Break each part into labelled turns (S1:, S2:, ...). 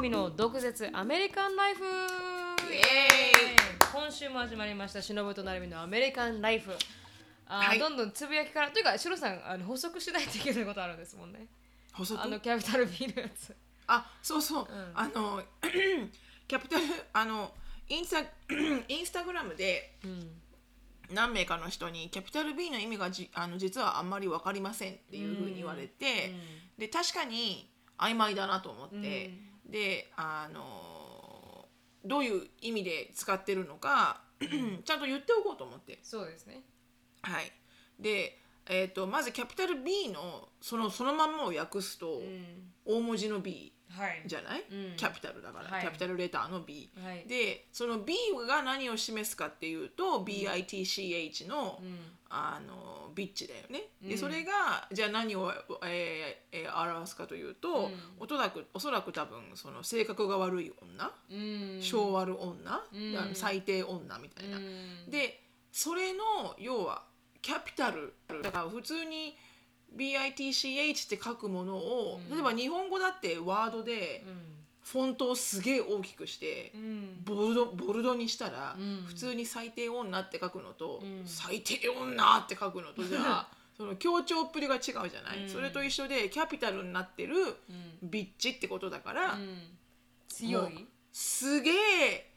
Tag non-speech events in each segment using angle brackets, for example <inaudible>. S1: ミの毒舌アメリカンライフ
S2: イエ
S1: 今週も始まりましたしのぶとなるみのアメリカンライフあー、
S2: はい
S1: どんどんつぶやきからというかしろさんあの補足しないといけないことあるんですもんね
S2: 補足
S1: あのキャピタル B のやつ
S2: あそうそう、
S1: うん
S2: あの <clears throat> キャピタルあのインスタ <clears throat> インスタグラムで
S1: うん
S2: 何名かの人に「キャピタル B の意味がじあの実はあんまり分かりません」っていうふうに言われて、で確かに曖昧だなと思って、であのどういう意味で使ってるのか <clears throat> ちゃんと言っておこうと思って。
S1: そうですね
S2: はい、で、えー、とまずキャピタル B のそのそのまんまを訳す
S1: う
S2: と、
S1: ん
S2: 大文字の B
S1: はい
S2: じゃない、
S1: うん
S2: キャピタルだから、
S1: はい
S2: キャピタルレターの B、
S1: はい
S2: でその B が何を示すかっていうと、BITCH の、
S1: うん
S2: あのビッチだよね、
S1: う
S2: で
S1: ん
S2: それがじゃあ何を、えーえー表すかという
S1: う
S2: と、
S1: ん
S2: おそらくおそらく多分その性格が悪い女、
S1: うん
S2: 性悪女、
S1: うん
S2: あの最低女みたいな、
S1: うん
S2: でそれの要はキャピタルだから普通に BITCH って書くものを、
S1: うん
S2: 例えば日本語だってワードで
S1: うん
S2: フォントをすげえ大きくして
S1: う、ん
S2: ボルドボルドにしたら、
S1: うん
S2: 普通に最低女って書くのと、
S1: うん
S2: 最低女って書くのとじゃ
S1: <laughs>
S2: あその強調っぷりが違うじゃない、
S1: うん
S2: それと一緒でキャピタルになってる
S1: うん
S2: ビッチってことだから、
S1: うん強い
S2: すげえ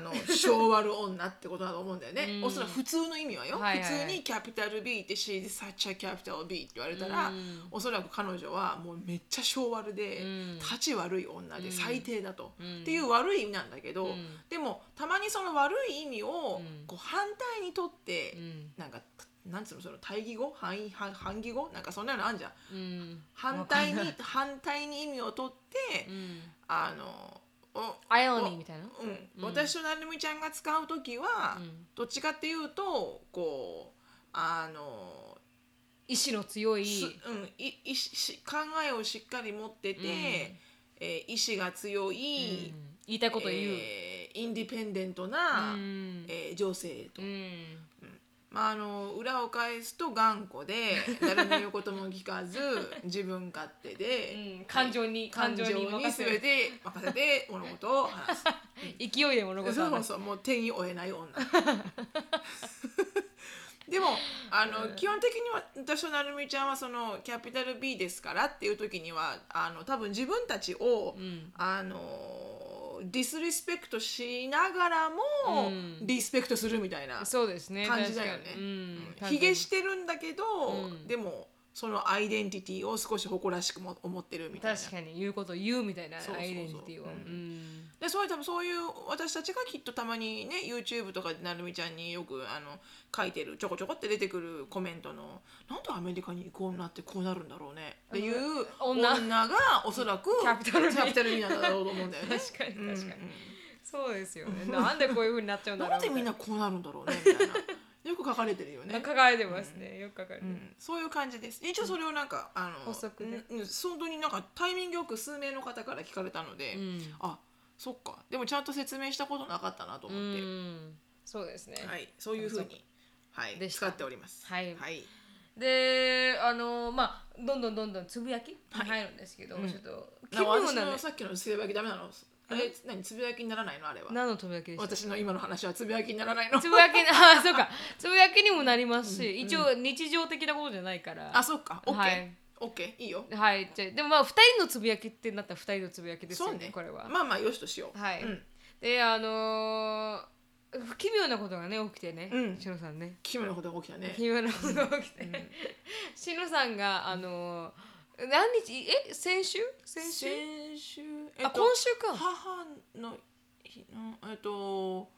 S1: <laughs>
S2: の性悪女ってことだと思うんだよね、
S1: うん
S2: おそらく普通の意味はよ、
S1: はいはいはい
S2: 普通にキャピタル B って She's such a capital B って言われたら、
S1: うん
S2: おそらく彼女はもうめっちゃ性悪で、
S1: うん
S2: 立ち悪い女で最低だと、
S1: うん
S2: っていう悪い意味なんだけど、
S1: うん
S2: でもたまにその悪い意味を
S1: うん
S2: こう反対にとって、
S1: うん
S2: なんかなんつうのその対義語反義反反義語なんかそんなのあんじゃ
S1: う
S2: ん
S1: ん
S2: 反対
S1: わか
S2: に
S1: んない
S2: 反対に意味をとって、
S1: うん
S2: あのお
S1: アイオニーみたいな
S2: うん
S1: うん
S2: 私となるみちゃんが使う時は、
S1: うん
S2: どっちかっていうとこうあの
S1: 意志の強い
S2: すうん、いいし考えをしっかり持ってて、
S1: うん
S2: えー意志が強い、
S1: うん言いたいこと言う、
S2: えーインディペンデントな、
S1: うん
S2: えー女性と、
S1: うん
S2: まあ、あの裏を返すと頑固で誰の言うことも聞か
S1: <laughs>
S2: ず自分勝手
S1: う
S2: で、
S1: ん感情に感
S2: 感
S1: 情
S2: 情
S1: に
S2: に
S1: 任せ
S2: 全
S1: る
S2: て任せて物事を話す。
S1: 勢いで <laughs> 物事を
S2: そう
S1: 話す
S2: そうもう手に負えな
S1: <laughs>
S2: い女でもあの、基本的には私となるみちゃんはそのキャピタル B ですからっていう時にはあの多分自分たちを、
S1: うん
S2: あのディスリスペクトしながらも、
S1: うん
S2: リスペクトするみたいな
S1: そうですね
S2: 感じだよね
S1: 確かにうん
S2: うんひげしてるんだけど、
S1: うん
S2: でもそのアイデンティティを少し誇らしくも思ってるみたいな
S1: 確かに言うこと言うみたいな
S2: そうそうそう
S1: アイデンティティを
S2: うん
S1: うん
S2: でそういう多分そういう私たちがきっとたまにね YouTube とかでなるみちゃんによくあの書いてるちょこちょこって出てくるコメントの「なんでアメリカに行こうなってこうなるんだろうね」っていう
S1: 女
S2: 女がおそらく
S1: <laughs> キャピタル B
S2: キャピタル B なんだろうと思うんだよね。
S1: 確かに
S2: うんうん
S1: 確かにそうですよねなんでこういう風になっちゃうんだろう
S2: なんでみんなこうなるんだろうねみたいなよく書かれてるよね。
S1: 書かれてますねよく書かれ
S2: う
S1: てる
S2: ん、そういう感じです一応それをなんか、あの
S1: 補足で
S2: うんうん本当になんかタイミングよく数名の方から聞かれたので、
S1: うん
S2: あそっかでもちゃんと説明したことなかったなと
S1: う
S2: 思って、
S1: んそうですね
S2: はい、そういうふうに、はい、
S1: でした
S2: 使っております。
S1: はい
S2: はい、
S1: であのまあどんどんどんどんつぶやき
S2: はい
S1: 入るんですけど
S2: うん
S1: ちょっと気
S2: なんか
S1: 分
S2: 私
S1: なん
S2: の
S1: で
S2: さっきのつぶやきダメなの。あれ、何つぶやきにならないのあれは。
S1: 何のつぶやきでした
S2: 私の今の話はつぶやきにならないの。
S1: つぶやき <laughs> あそうかつぶやきにもなりますし、一応日常的なことじゃないから
S2: あ、そっか、オッ
S1: は
S2: ケ
S1: い
S2: ー、オッケー、いいよ。
S1: はいじゃあでもまあ2人のつぶやきってなったら2人のつぶやきですよ
S2: そう
S1: ね
S2: ね、
S1: これは、
S2: まあまあ、よしとしよう。
S1: はい、
S2: うん
S1: であのー不奇妙なことがね起きてね、
S2: うん
S1: しのさんね
S2: 奇妙なことが起きたね
S1: 奇。妙なことが起きて、しのさんがあのー何日え先週先週、
S2: 先週、え
S1: あ今週か
S2: 母の日の、えっと。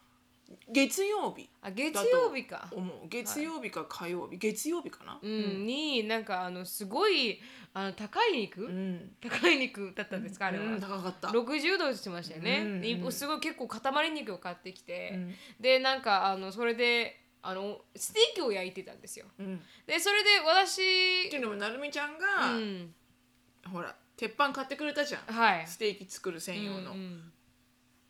S2: 月曜日
S1: あ月曜日か
S2: 思う月曜日か火曜日、月曜日かな、
S1: うん、になんかあのすごいあの高い肉、
S2: うん、
S1: 高い肉だったんですか、あれは、
S2: うん高かった、
S1: 60度してましたよね、
S2: うん
S1: で
S2: うん
S1: すごい結構塊肉を買ってきて、
S2: うん
S1: でなんかあのそれであのステーキを焼いてたんですよ
S2: うん、
S1: でそれで
S2: ってい
S1: 私
S2: うのもなるみちゃんが、
S1: うん
S2: ほら鉄板買ってくれたじゃん
S1: はい
S2: ステーキ作る専用の、
S1: うん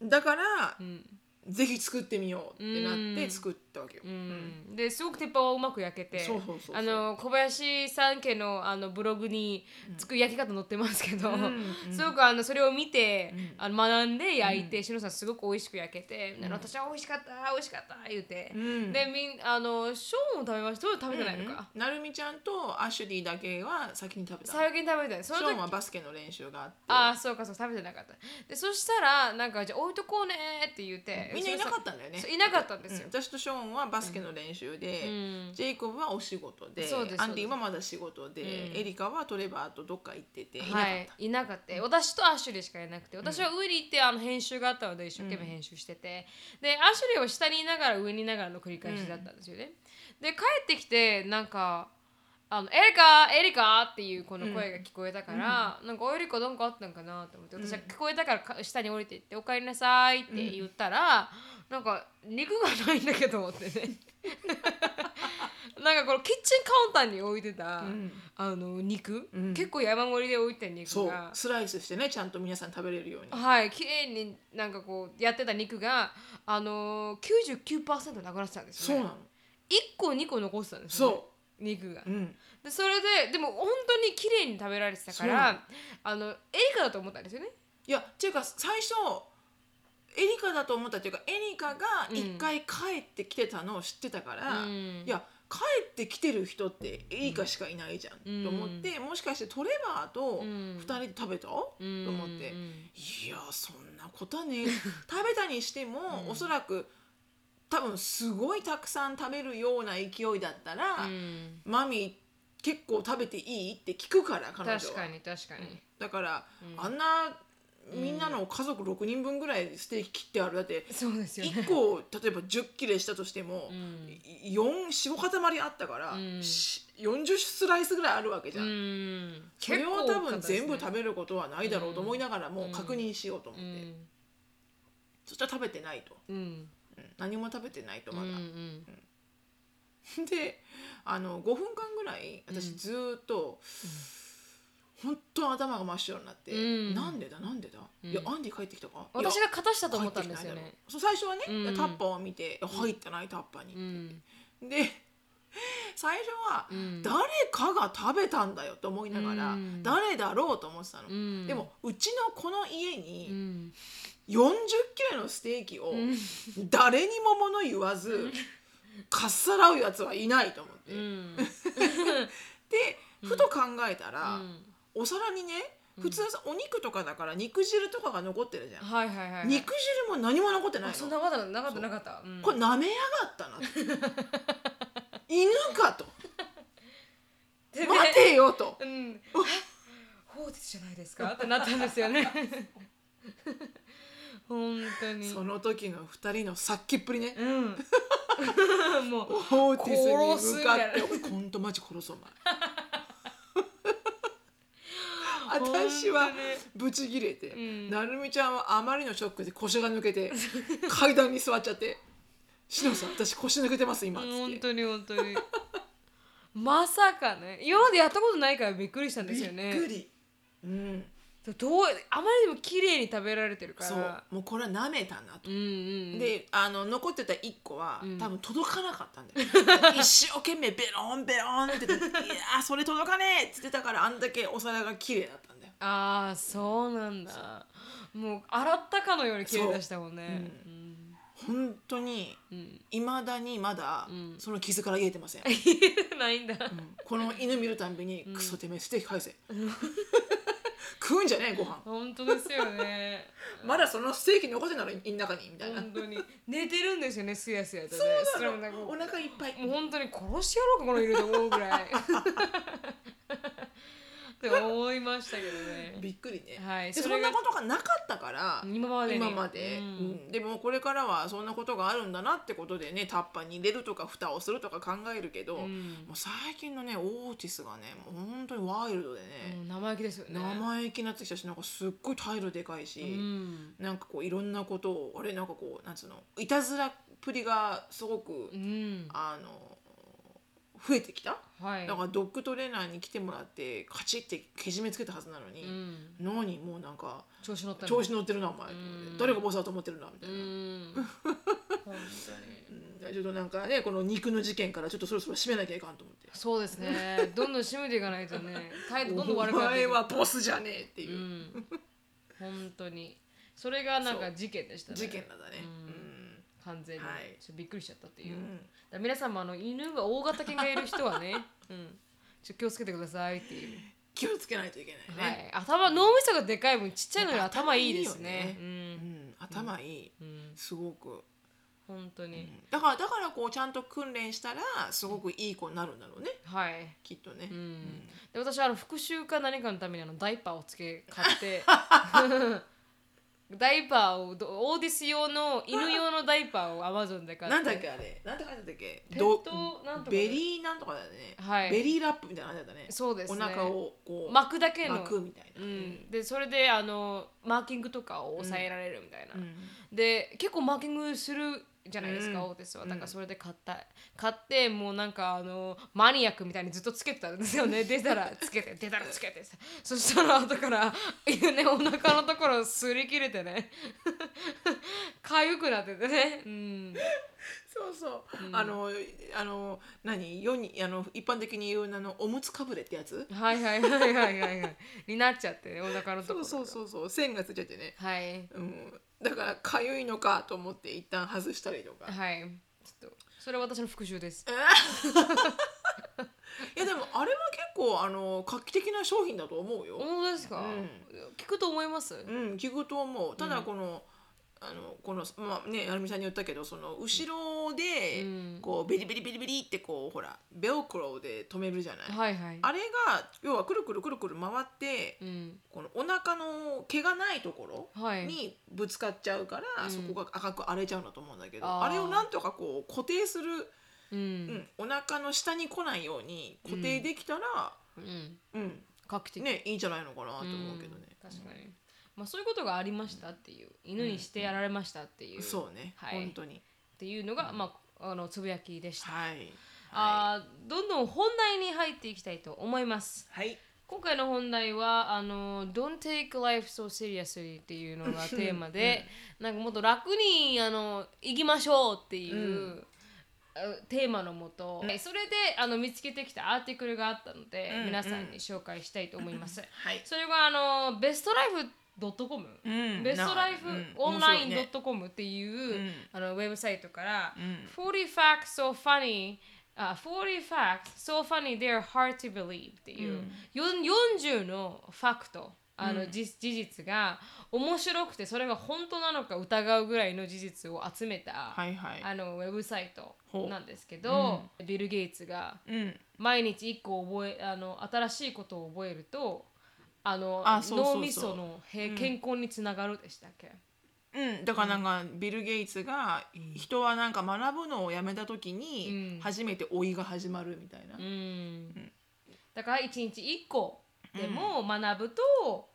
S2: だから
S1: うん
S2: ぜひ作ってみようってなっ
S1: う
S2: て
S1: ん
S2: 作ったわけよ。
S1: うんですごく鉄板はうまく焼けて
S2: そうそうそうそう
S1: あの小林さん家のあのブログにつく焼き方載ってますけど、
S2: うん
S1: すごくあのそれを見て、
S2: うん
S1: あの学んで焼いて、しのさんすごく美味しく焼けて、で私は美味しかった美味しかった言って、
S2: うん
S1: でみんあのショーンも食べましたどう食べてないのか、
S2: なるみちゃんとアシュリーだけは先に食べたの
S1: 最近食べてないそ
S2: シ
S1: の
S2: ョー
S1: 時
S2: ンはバスケの練習があって
S1: ああそうかそう食べてなかったでそしたらなんかじゃあ置いとこうねって言って
S2: みんないな
S1: その
S2: か
S1: さ
S2: ったんだよね
S1: そういなかったんですよ
S2: うん、私とショーンはバスケの練習で、
S1: うん
S2: ジェイコブはお仕事で
S1: そうです
S2: アンディはまだ仕事で、エリカはトレバーとどっか行ってていなかった、
S1: はい、いなかった私とアシュリーしかいなくて私は上に行ってあの編集があったので一生懸命編集してて、でアシュリーは下にいながら上にいながらの繰り返しだったんですよね、で帰ってきてなんかあのエリカエリカっていうこの声が聞こえたから、なんかおエリカなんかあったんかなと思って私は聞こえたからか下に降りて行って「おかえりなさい」って言ったら、なんか肉がないんだけどって
S2: <laughs>
S1: ねなんかこのキッチンカウンターに置いてた、
S2: うん
S1: あの肉、
S2: うん
S1: 結構山盛りで置いてた
S2: そ
S1: 肉
S2: う
S1: が
S2: スライスしてねちゃんと皆さん食べれるように
S1: はい綺麗になんかこうやってた肉があのー、99%なくなってたんです
S2: そう
S1: よ、
S2: な
S1: ね、
S2: の
S1: 1個2個残ってたんですよ、ね、
S2: そ
S1: 肉が
S2: う、うん、
S1: でそれででも本当に綺麗に食べられてたからあのエリカだと思ったんですよね
S2: いやっていうか最初エリカだと思ったっていうかエリカが一回帰ってきてたのを知ってたから、
S1: うん
S2: いや帰ってきてる人ってエリカしかいないじゃん、
S1: うん
S2: と思ってもしかしてトレバーと
S1: うん
S2: 2人で食べた、
S1: うん
S2: と思って、
S1: うん
S2: いやそんなことはねえ <laughs> 食べたにしても、おそらく多分すごいたくさん食べるような勢いだったら、
S1: うん
S2: マミ結構食べていいって聞くから彼女は
S1: 確かに確かに、
S2: だから、あんなみんなの家族6人分ぐらいステーキ切ってあるだって
S1: そうですよね
S2: 1個例えば1 0切れしたとしても、
S1: ん
S2: 45塊あったから、
S1: うん
S2: し40スライスぐらいあるわけじゃん。
S1: うん
S2: それ
S1: 結構多か
S2: を多
S1: った
S2: 分
S1: ですね
S2: 全部食べることはないだろうと思いながらも確認しようと思
S1: う
S2: って、
S1: ん
S2: そしたら食べてないと、
S1: うん
S2: うん何も食べてないとまだ
S1: うんう、ん
S2: <laughs> であの5分間ぐらい私ずーっと、本当に頭が真っ白になって、
S1: うん
S2: なんでだなんでだ、
S1: ん
S2: いやアンディ帰ってきたかいや
S1: 私が勝たしたと思った
S2: 帰
S1: ん
S2: っ
S1: で
S2: てき
S1: す
S2: てな
S1: よ
S2: いだろ
S1: ね
S2: うそう最初はね、
S1: うん
S2: タッパーを見て「入ってないタッパーに」
S1: うん
S2: で最初は、
S1: うん
S2: 誰かが食べたんだよと思いながら、
S1: うん
S2: 誰だろうと思ってたの、
S1: うん
S2: でもうちのこの家に、
S1: うん
S2: 40キロのステーキを誰にも物言わずかっさらうやつはいないと思って、
S1: うん
S2: でふと考えた
S1: う
S2: ら、
S1: ん
S2: お皿にね普通さお肉とかだから肉汁とかが残ってるじゃん、
S1: はいはいはい
S2: 肉汁も何も残ってない
S1: あそん
S2: の
S1: なことなかったなかったうん
S2: これ舐めやがった
S1: <laughs>
S2: な犬かと
S1: でね
S2: 待てよと
S1: うん放鉄じゃないですかってなったんですよね <laughs> 本当に
S2: その時の2人のさっきっぷりね
S1: うんもう
S2: ホーティスに向かって「
S1: 殺
S2: おいほんとマジ殺すお前」 <laughs> 私は
S1: 本当ね
S2: ブチギレて、
S1: ん
S2: なるみちゃんはあまりのショックで腰が抜け
S1: <laughs>
S2: て階段に座っちゃって「しのさん私腰抜けてます今」っつって
S1: 本当に本当にまさかね今までやったことないからびっくりしたんですよ
S2: び
S1: ね
S2: っくり、うん、
S1: どうあまりにも綺麗に食べられてるから
S2: そうもうこれは舐めたなと
S1: うんうん
S2: であの残ってた1個は、
S1: ん
S2: 多分届かなかったんだよ
S1: <laughs>
S2: 一生懸命ベロンベロンって言って「いやーそれ届かねえ!」っつってたからあんだけお皿が綺麗だったんだよ
S1: ああそうなんだもう洗ったかのように綺麗出したもんね
S2: 本当に
S1: うん、
S2: いまだにまだ、
S1: ん
S2: その傷から癒えてません、
S1: うんないんだ
S2: この犬見るたんびに「クソてめえステーキ返せ」食うんじゃねえご飯
S1: 本当ですよね
S2: まだそのステーキ残ってんなら胃の中に」みたいな
S1: 本当に寝てるんですよねすやすやとね
S2: そうな
S1: れもなんか
S2: の
S1: も
S2: お
S1: う
S2: 腹いっぱい
S1: 本当に殺してやろうかこの犬と思うぐらいって思いましたけどね
S2: びっくりね、
S1: はい
S2: で
S1: そ
S2: そ
S1: れ
S2: ん
S1: が
S2: なことがなかったから
S1: 今までに
S2: 今まで、
S1: う
S2: うんんでもこれからはそんなことがあるんだなってことでねタッパーに入れるとか蓋をするとか考えるけど、
S1: ん
S2: もう最近のねオーティスがねもう本当にワイルドでね、
S1: もう生意気ですよね
S2: 生意気になってきたしなんかすっごい態度でかいし、
S1: うん
S2: なんかこういろんなことをあれなんかこうなんつうのいたずらっぷりがすごく、
S1: うん
S2: あの増えてきた、
S1: はい
S2: だからドッグトレーナーに来てもらってカチッてけじめつけたはずなのに、
S1: うん、
S2: 何もうなんか
S1: 調子乗ったの
S2: 調子乗ってるなお前、
S1: うん
S2: 誰がボスだと思ってるなみた
S1: う
S2: いな、 <laughs>
S1: ん本当に
S2: うんちょっとなんかねこの肉の事件からちょっとそろそろ締めなきゃいかんと思って
S1: そうです
S2: <laughs>
S1: ねどんどん締めていかないとね態度どんどん悪
S2: お
S1: くなってい
S2: 前
S1: く
S2: はボスじゃねえって
S1: う
S2: いう、
S1: ん本当にそれがなんか事件でしたね
S2: 事件なんだね、
S1: 完全に、
S2: はい
S1: ちょっとびっくりしちゃったって
S2: うん
S1: いう、だから皆さんもあの犬が大型犬がいる人はね、うん、ちょっと気をつけてくださいっていう、
S2: 気をつけないといけないね、
S1: はい、頭脳みそがでかい分ちっちゃいのに頭いいですね
S2: 頭うん、頭いい、
S1: うん、うん、
S2: すごく、
S1: 本当に、
S2: だからだからこうちゃんと訓練したらすごくいい子になるんだろうね
S1: はい
S2: きっとね、
S1: うん
S2: ん
S1: で私はあの復習か何かのためにあのダイパーをつけ買って <laughs> ダイパーをどオーディス用の犬用のダイパーをアマゾンで買って
S2: なんだっけあれなんて書いてあったっけ
S1: ペット
S2: ど
S1: なんとか
S2: ベリーなんとかだよね、
S1: はい
S2: ベリーラップみたいなのあれだね
S1: そうですね
S2: お腹をこう
S1: 巻くだけの
S2: 巻くみたいな、
S1: うん、でそれであのマーキングとかを抑えられるみたいな、
S2: うん
S1: で結構マーキングするじゃないですか、
S2: うん
S1: オーテスは
S2: うん
S1: だからそれで買った、買ってもうなんかあのマニアックみたいにずっとつけてたんですよね <laughs> 出たらつけて出たらつけてそしたら後からねお腹のところ擦り切れてね <laughs> 痒くなっててね、うん、
S2: そうそう、あのあの何世にあの一般的に言うあのおむつかぶれってやつ
S1: はいはいはいはいはいはいになっちゃってねお腹のとこ
S2: そ
S1: ろ
S2: うそう
S1: う
S2: そうそう線がついちゃってね、
S1: はい
S2: うん、だからかゆいのかと思って一旦外したりと
S1: <laughs>
S2: か、
S1: はいちょっとそれは私の復習です
S2: い、やでもあれは結構あの画期的な商品だと思うよ、
S1: 本当ですか、聞くと思います、
S2: うん、聞くと思うただこの、あのこのまあねアルミさんに言ったけどその後ろで、
S1: うん
S2: こうベリベリベリベリってこうほらベルクロで止めるじゃない、
S1: はいはい
S2: あれが要はくるくるくるくる回って、
S1: うん
S2: このお腹の毛がないところ
S1: はい
S2: にぶつかっちゃうから、
S1: うん
S2: そこが赤く荒れちゃうんだと思うんだけど、
S1: あー
S2: あれをなんとかこう固定する、
S1: う
S2: うんん、お腹の下に来ないように固定できたら、
S1: うん
S2: うん
S1: 画期的
S2: ね、いいんじゃないのかなと思うけどね。
S1: うん確かに、まあ、そういうことがありましたっていう犬にしてやられましたっていう、っ
S2: そうね、
S1: はい
S2: 本当に
S1: ていうのが、まあ、あのつぶやきでした、
S2: はい
S1: あーどんどん本題に入っていきたいと思います
S2: はい
S1: 今回の本題はあの「Don't take life so seriously」っていうのがテーマで、なんかもっと楽にあの行きましょうっていう、あテーマのもと、それであの見つけてきたアーティクルがあったので、
S2: うん
S1: 皆さんに紹介したいと思います。
S2: はい。
S1: それがあのベストライフ .com、
S2: うん
S1: ベストライフオンライン
S2: うん面白いね
S1: .com っていう、
S2: うん
S1: あのウェブサイトから、
S2: うん
S1: 40 facts so funny あ40 facts so funny they're hard to believe っていう、よん40のファクトあの、じ事実が面白くてそれが本当なのか疑うぐらいの事実を集めた、
S2: はいはい。
S1: あのウェブサイト
S2: ほう
S1: なんですけど、ビル・ゲイツが
S2: うん。
S1: 毎日1個覚えあの新しいことを覚えるとあの
S2: あそうそうそう
S1: 脳みそのへ健康につながるでしたっけ、
S2: うん、だからなんかビル・ゲイツが人はなんか学ぶのをやめた時に
S1: うん
S2: 初めて老いが始まるみたいな、
S1: うんだから1日1個でも学ぶと、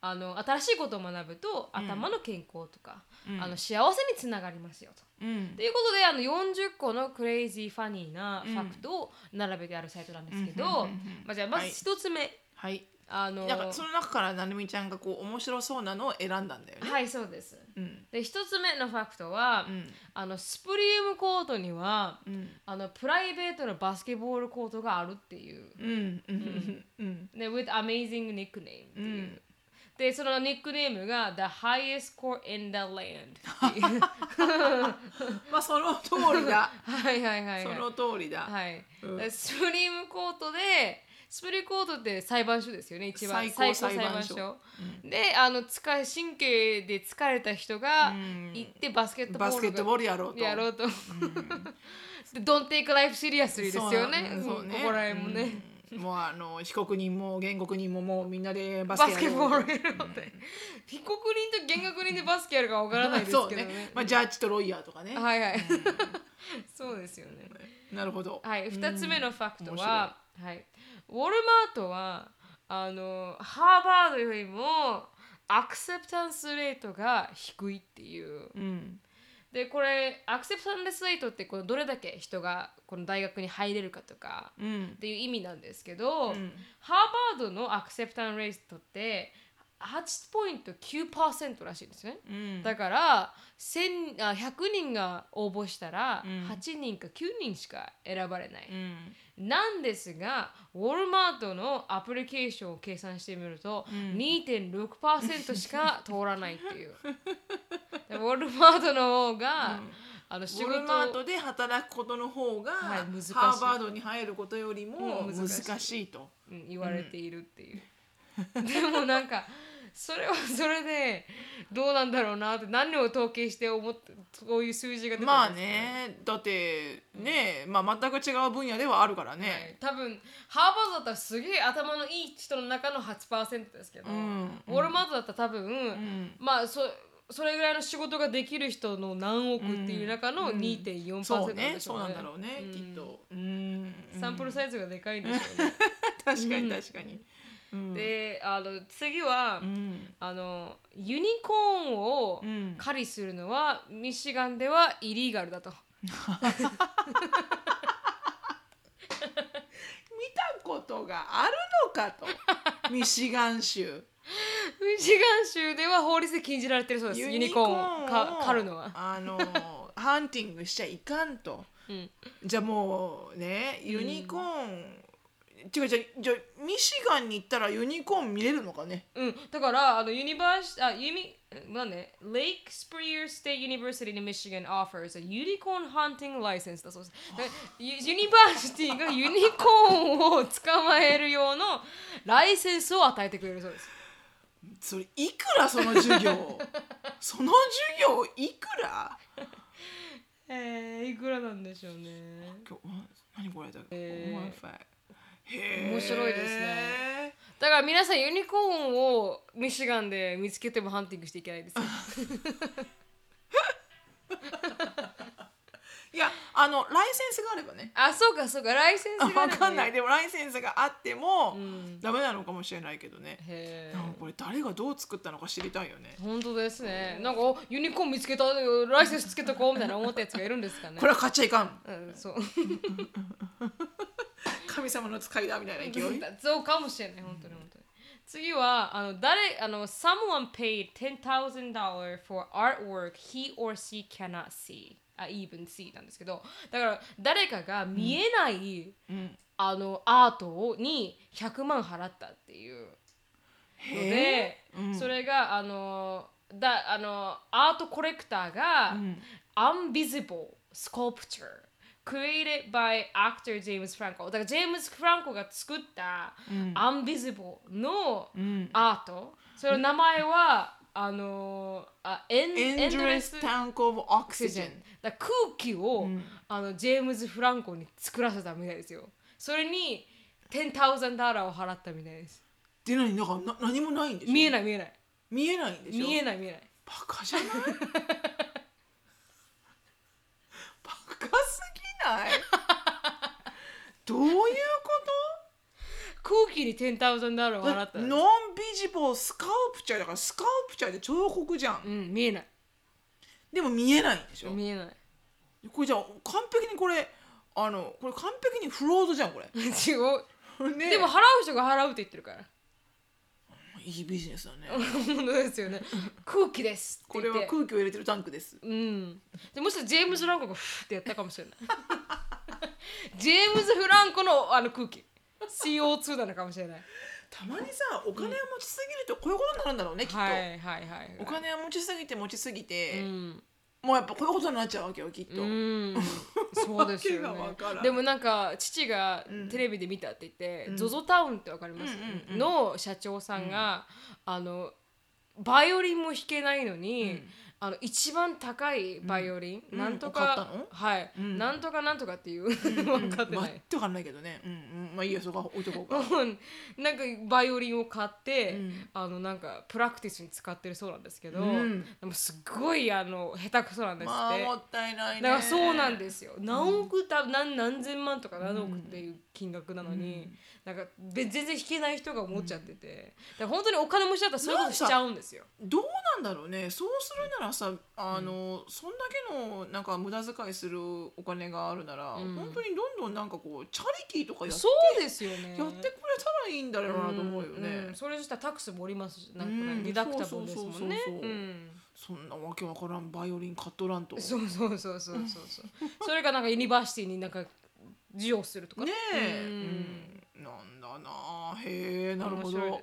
S1: あの新しいことを学ぶと頭の健康とか、
S2: うん
S1: あの幸せにつながりますよと。
S2: うん
S1: ということであの40個のクレイジーファニーなファクトを並べてあるサイトなんですけど、
S2: うんうんうんうん
S1: まあ、じゃあまず
S2: はい
S1: 1つ目、
S2: はい
S1: あの
S2: なんかその中からなるみちゃんがこう面白そうなのを選んだんだよね、
S1: はいそうです。
S2: うん
S1: で1つ目のファクトは、
S2: うん
S1: あのスプリームコートには
S2: うん
S1: あのプライベートのバスケボールコートがあるっていう。
S2: うんうんうん
S1: で、with amazing nickname っていう。
S2: うん
S1: で、そのニックネームが The highest court in the land
S2: <laughs>
S1: っていう。
S2: まあその通りだ
S1: <laughs> はいはいはい、はい。
S2: その通りだ、
S1: はい、
S2: うん
S1: でスプリームコートでスプリームコートって裁判所ですよね一番
S2: 最高裁判所
S1: 最高であの疲れ神経で疲れた人が
S2: うん
S1: 行ってバスケットボール
S2: バスケットボールやろうと
S1: やろうと、で Don't take life seriously です
S2: そう
S1: よ
S2: な
S1: ね
S2: うんそうね
S1: ここら辺もね、
S2: うんもうあ <laughs> の被告人も原告人ももうみんなでバス
S1: バ
S2: ケ
S1: スケ
S2: やろう
S1: ボールやろうって、被告人と原告人でバスケやるかわからないですけど
S2: そう
S1: ね
S2: ね、まあ、ジャッジとロイヤーとかね、
S1: はいはいそうですよね
S2: なるほど、
S1: はい、2つ目のファクト
S2: 面
S1: は、はい、ウォルマートはあのハーバードよりもアクセプタンスレートが低いっていう。
S2: うん、
S1: でこれアクセプタンレスレートってこのどれだけ人がこの大学に入れるかとか
S2: うん
S1: っ、ていう意味なんですけど、
S2: うん
S1: ハーバードのアクセプタンレートって8.9%らしいんですね。
S2: うん、
S1: だから1000あ100人が応募したら
S2: うん
S1: 8人か9人しか選ばれない、
S2: うん
S1: なんですがウォルマートのアプリケーションを計算してみると、
S2: うん
S1: 2.6%しか通らないって
S2: <laughs>
S1: いうでウォルマートの方が、
S2: うん
S1: あの
S2: ウ
S1: 仕
S2: ォ
S1: 事
S2: ルマートで働くことの方が、
S1: はい難しい
S2: ハーバードに入ることよりも
S1: うん
S2: 難
S1: 難しい
S2: しいと。
S1: うん言われているっていう、でもなんかそれはそれでどうなんだろうなって何を統計して思ってこういう数字が出
S2: ま
S1: た
S2: あ
S1: んですか
S2: ねだってね、まあ、全く違う分野ではあるから
S1: はい
S2: ね。
S1: 多分ハーバードだったらすげえ頭のいい人の中の8%ですけど、
S2: うん
S1: ウォルマートだったら多分、
S2: うん
S1: まあそそれぐらいの仕事ができる人の何億っていう中の
S2: うん
S1: 2.4%
S2: そう
S1: なん
S2: ね
S1: でしょ
S2: そうう
S1: ね
S2: なんだろうね、
S1: うん
S2: きっと。うん、
S1: サンプルサ
S2: イ
S1: イズがでかいんでしょうね、
S2: ズ <laughs> 確かに確かに。うん、
S1: であの次は、
S2: うん
S1: あのユニコーンを
S2: うん、
S1: 狩りするのはミシガンではイリーガルだ <laughs> と
S2: 見たことがあるのか
S1: <laughs>
S2: とミシガン州
S1: ミシガン州では法律で禁じられてるそうですユニコーンをか狩るのは、
S2: あのハンティングしちゃいかんと
S1: うん
S2: じゃあもうねユニコーン、違うじゃあじゃあミシガンに行ったらユニコーン見れるのかね
S1: うん、だからあのユニバーシあユニなんね Lake Superior State University in Michigan offers a unicorn hunting license だそうです。だユユニバーシティがユニコーンを捕まえる用のライセンスを与えてくれるそうです。
S2: それいくらその
S1: <laughs>
S2: 授業その授業いくら
S1: えー、いくらなんでしょうね。
S2: 今日わ何これだ、
S1: えー
S2: Wi-Fi へー
S1: 面白いですねだから皆さんユニコーンをミシガンで見つけてもハンティングしていけないですよ。
S2: いやあのライセンスがあればね
S1: あ、そうかそうか、ライセンスがあれば
S2: わ
S1: ね
S2: かんない。でもライセンスがあっても、
S1: うん
S2: ダメなのかもしれないけどね
S1: へ
S2: なん
S1: ー
S2: かこれ誰がどう作ったのか知りたいよね
S1: 本当ですね。なんかおユニコーン見つけたよライセンスつけとこうみたいな思ったやつがいるんですかね。
S2: これは買っちゃいかん
S1: うん、そう。
S2: 神様の使いだみたいな勢い
S1: そうかもしれない本当に本当に。次はあの誰あの someone paid ten thousand dollar for artwork he or she cannot see あ even see なんですけど、だから誰かが見えない、
S2: うん
S1: あのアートをに100万払ったっていうの
S2: へ
S1: で、
S2: えうん
S1: それがあのだあのアートコレクターが、
S2: ん
S1: Unvisible Sculpture Created by actor James Franco だからジェームズ・フランコが作った
S2: うん
S1: Unvisible の
S2: うん
S1: アート、その名前はあのあエン
S2: エンジュレス・タンク・オブ・オク
S1: オク
S2: シ
S1: シジ
S2: ジ
S1: ェ
S2: ェ
S1: ン
S2: ン
S1: だから空気を、
S2: うん
S1: あのジェームズ・フランコに作らせたみたいですよそれに10,000ダーラーを払ったみたいです
S2: で何なんかな何もないんでしょ
S1: 見え
S2: ない
S1: ない見えない
S2: 見えないんでしょ
S1: 見え
S2: い
S1: ない見えない
S2: <laughs> バカじゃないバカすぎない <laughs> どういうこと
S1: 空気に10,000ダーラーを払った
S2: ノンビジボースカルプチャーだからスカルプチャーで彫刻じゃ
S1: うんん見えない
S2: でも見えないんでしょ
S1: 見え <laughs> ない
S2: これじゃあ完璧にこれあのこれ完璧にフロードじゃんこれ
S1: 違う
S2: ね
S1: でも払う人が払うって言ってるから
S2: いいビジネスだ
S1: <laughs>
S2: ね
S1: 本当です <laughs> よね空気ですって
S2: こ
S1: 言
S2: れ
S1: って
S2: は空気を入れてるタンクです
S1: うんでもしかしたらジェームズ・フランコがフーってやったかもしれない <laughs> ジェームズ・フランコのあの空気 CO2 なのかもし <laughs> れない
S2: たまにさお金を持ちすぎるとこういうことになるんだろうね、きっと、
S1: はいはいはいはい
S2: お金を持ちすぎて持ちすぎ
S1: う
S2: て、
S1: ん
S2: もうやっぱこういうことになっちゃうわけよきっと、
S1: うん
S2: <laughs>
S1: そうですよ
S2: わけがわ
S1: ね
S2: からない
S1: でもなんか父が
S2: うん
S1: テレビで見たって言って、
S2: うん
S1: ZOZO タウンってわかります、
S2: うんうんうん
S1: の社長さんが、あのバイオリンも弾けないのに、
S2: うん
S1: あの一番高いバイオリン、
S2: うん
S1: なんと
S2: 買っ
S1: か
S2: たの、
S1: はい、
S2: うん
S1: なんとかなんとかっていう
S2: う
S1: <laughs> 分
S2: ん
S1: かってない、
S2: 全くわかんないけどね、うんうん、まあいいよそこは置いとこうか
S1: うんなんかバイオリンを買って、
S2: うん
S1: あのなんかプラクティスに使ってるそうなんですけど、
S2: うん
S1: でもすっごいあの下手くそなんですって、
S2: まあもったいないね
S1: だからそうなんですよ何億た何何千万とか何億っていう金額なのに、なんかべ全然引けない人が思っちゃってて、だから本当にお金持ちだったらそういうことしちゃうんですよ。
S2: どうなんだろうねそうするならさあの、そんだけのなんか無駄遣いするお金があるなら、
S1: うん
S2: 本当にどんどんなんかこうチャリティーとかやっ
S1: そうですよね
S2: やってくれたらいいんだろうなと思うよね、
S1: んんそれそしたらタックスもおりますしなんか
S2: うん
S1: リダクタブルですもんね
S2: そうそうそうそう
S1: うん
S2: そんなわけわからんバイオリン買っとらんと
S1: そうそうそうそうそうそうそれがなんかユニバーシティになんか授与するとか
S2: ね
S1: う
S2: え、
S1: ん
S2: うんなんだなあへえなるほど
S1: 面白い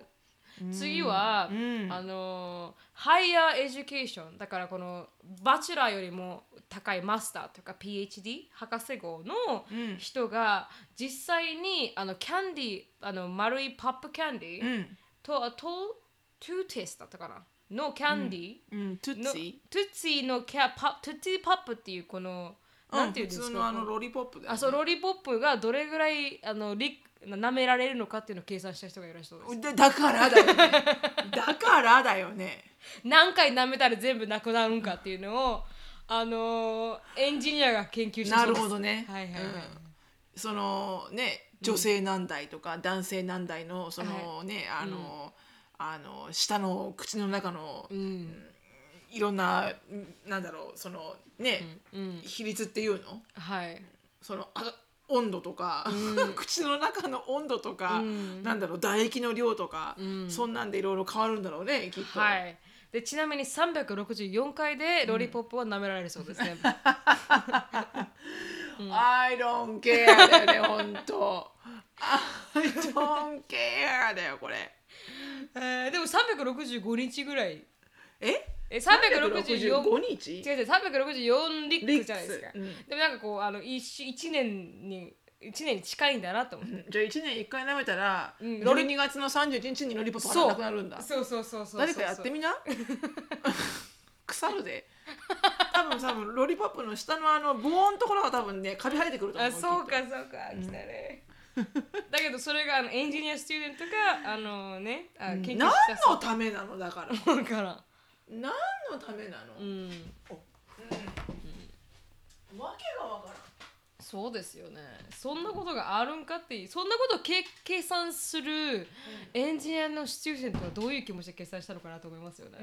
S2: うん
S1: 次は
S2: うん
S1: あのハイヤーエデュケーションだからこのバチェラーよりも高いマスターというか PhD 博士号の
S2: うん
S1: 人が実際にあのキャンディーあの丸いパップキャンディー、
S2: うん
S1: とあとトゥーテスだったかなのキャンディー、
S2: うんトゥッ
S1: の
S2: ツ
S1: ト
S2: ィ
S1: ゥッツィのキャパトゥッツィパップっていうこの、なんていうんですか
S2: 普通のあの
S1: この
S2: ロリポップだよ、ね、
S1: あそうロリポップがどれぐらいあのリ舐められるのかっていうのを計算した人がいらっしゃるそうで
S2: でだからだ
S1: <laughs>
S2: よねだからだよね
S1: す何回舐めたら全部なくなるんかっていうのをあのーエンジニアが研究して
S2: なるほどね
S1: はいはいはい、
S2: うんそのね女性難題とか男性難題のそのね、あの、あの舌の口の中の
S1: うん
S2: いろんななんだろうそのね、
S1: うん
S2: 比率っていうの
S1: はい
S2: そのあ温度とか、 <laughs> 口の中の温度とか、
S1: うん
S2: なんだろう唾液の量とか、
S1: うん
S2: そんなんでいろいろ変わるんだろうねきっと。
S1: はいでちなみに364回でロリポップは舐められるそうですね、
S2: <laughs> I don't care だよね <laughs> 本当 I don't care だよこれ
S1: えーでも365日ぐらい
S2: え
S1: え364
S2: 365日
S1: 違う違う364リックじゃないですか、
S2: リックス
S1: でもなんかこうあの一一年に一年に近いんだなと思って、
S2: じゃあ1年1回舐めたら、
S1: うん
S2: ロリ2月の31日にロリポップがなくなるんだ
S1: そうそうそうそう
S2: 誰かやってみな腐るで多分多分ロリポップの下のあの棒のところが多分ねカビ生えてくると思う
S1: あそうか
S2: きっ
S1: そうか来たね、だけどそれがあのエンジニアスチューデントがあのねあ
S2: と
S1: 研究
S2: 何
S1: した
S2: のためなのだから
S1: そうだから
S2: 何のためなの、
S1: うん
S2: わけがわからん
S1: そうですよねそんなことがあるんかっていうそんなことをけ計算するエンジニアのシチュエーションとはどういう気持ちで計算したのかなと思いますよね、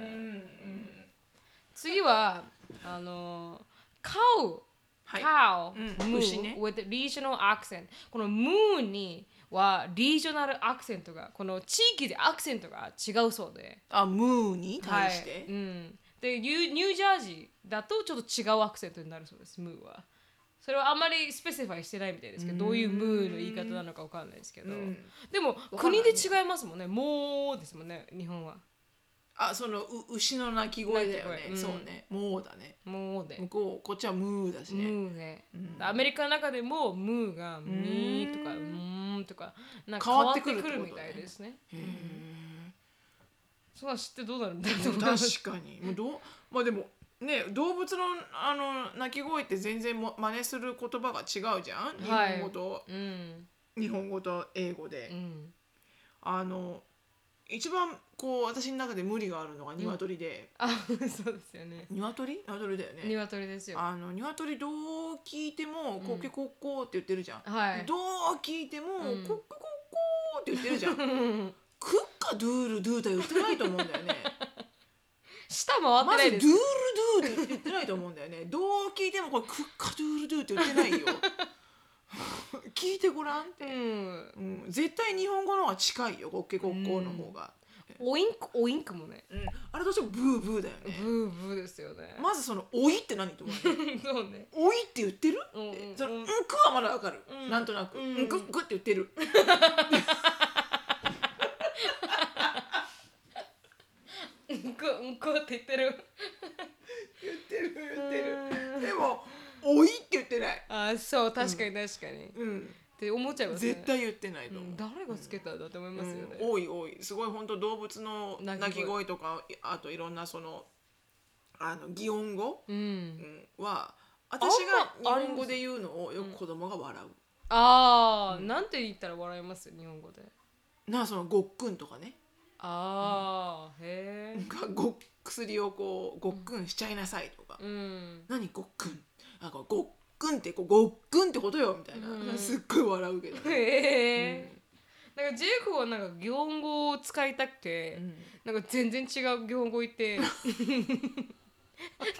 S1: 次はあのカウ
S2: はい
S1: カウ
S2: うん
S1: ム
S2: 牛ね
S1: ー with regional accent このムーにはリージョナルアクセントがこの地域でアクセントが違うそうで
S2: あムーに対し
S1: はい
S2: て、
S1: うん、でニューニュージャージーだとちょっと違うアクセントになるそうですムーはそれはあまりスペシファイしてないみたいですけどどういうムーの言い方なのかわかんないですけど、
S2: うん
S1: でも
S2: わかんな
S1: 国
S2: い
S1: で違いますもんねもうですもんね日本は
S2: あそのう牛の鳴き声だよ
S1: 鳴き
S2: ね、
S1: 声うん
S2: そうねもうだね
S1: もうで
S2: 向こうこっちはムーだし
S1: ム
S2: ね、
S1: ーね、アメリカの中でもムーが「ミー」とか「うーん」とかなんか変わってくるみたいですね。
S2: へ
S1: そんなの知ってどうなるんだろ
S2: ー
S1: う
S2: 確かに <laughs> もうどうまあでもね動物のあの鳴き声って全然も真似する言葉が違うじゃん日
S1: はい
S2: 本語と、
S1: うん
S2: 日本語と英語で、
S1: うん
S2: あの一番こう私の中で無理があるのが鶏で、
S1: あそうですよね。
S2: 鶏鶏だよね
S1: 鶏ですよ。
S2: あの鶏どう聞いても「コケコッコー」って言ってるじゃん、
S1: はい。
S2: どう聞いても「コ
S1: う
S2: ッ
S1: ん
S2: ココッコー」って言ってる
S1: <laughs>
S2: じゃんクッカドゥールドゥータ言ってないと思うんだよね
S1: 下回って
S2: ま
S1: な
S2: ず
S1: い
S2: ドゥ
S1: で
S2: ー
S1: す。
S2: ルドゥーって言ってないと思うんだよ
S1: <laughs>
S2: ねどう聞いてもこれクッカドゥールドゥーって言ってないよ <laughs> 聞いてごらんって、
S1: うん。
S2: うん、絶対日本語の方が近いよコッケコッコーの方が、
S1: おインクおインクもね。
S2: うんあれどうしてもブーブーだよ
S1: ブ
S2: ね
S1: ーブーですよね。
S2: まずその「おい」って何と思うよね
S1: <laughs> そうね。
S2: おい」って言ってる
S1: うんうん
S2: その
S1: う
S2: 「
S1: ん
S2: うんく」はまだわかる、
S1: うん
S2: なんとなく「
S1: う
S2: うんんく」うんくって言ってる
S1: うんこうんこって言ってる。
S2: 言ってる言って
S1: う
S2: るでも「おい」って言ってない
S1: あそう確かに確かに。っ
S2: うん
S1: て思っちゃいますね。
S2: 絶対言ってないと
S1: う
S2: 思う、
S1: ん。誰がつけたんだって思いますよね。
S2: 多い多いすごい本当動物の
S1: 鳴き声
S2: 鳴き声とかあといろんなそのあの擬音語、
S1: うん
S2: う。ん、は私が
S1: あん
S2: 日
S1: ま
S2: 本語で言うのをよく子供が笑う、
S1: ああ、なんて言ったら笑います日本語で。
S2: なあそのごっくんとかね
S1: ああ、へえ。
S2: がご薬をこうごっくんしちゃいなさいとか、
S1: うん。
S2: 何ごっくんあこれごっくんってこうごっくんってことよみたいな、
S1: うん
S2: すっごい笑うけど
S1: <laughs>
S2: ね、
S1: へえ。なんかジェイクはなんか擬音 <laughs> 語を使いたくて、なんか全然違う擬音語言って、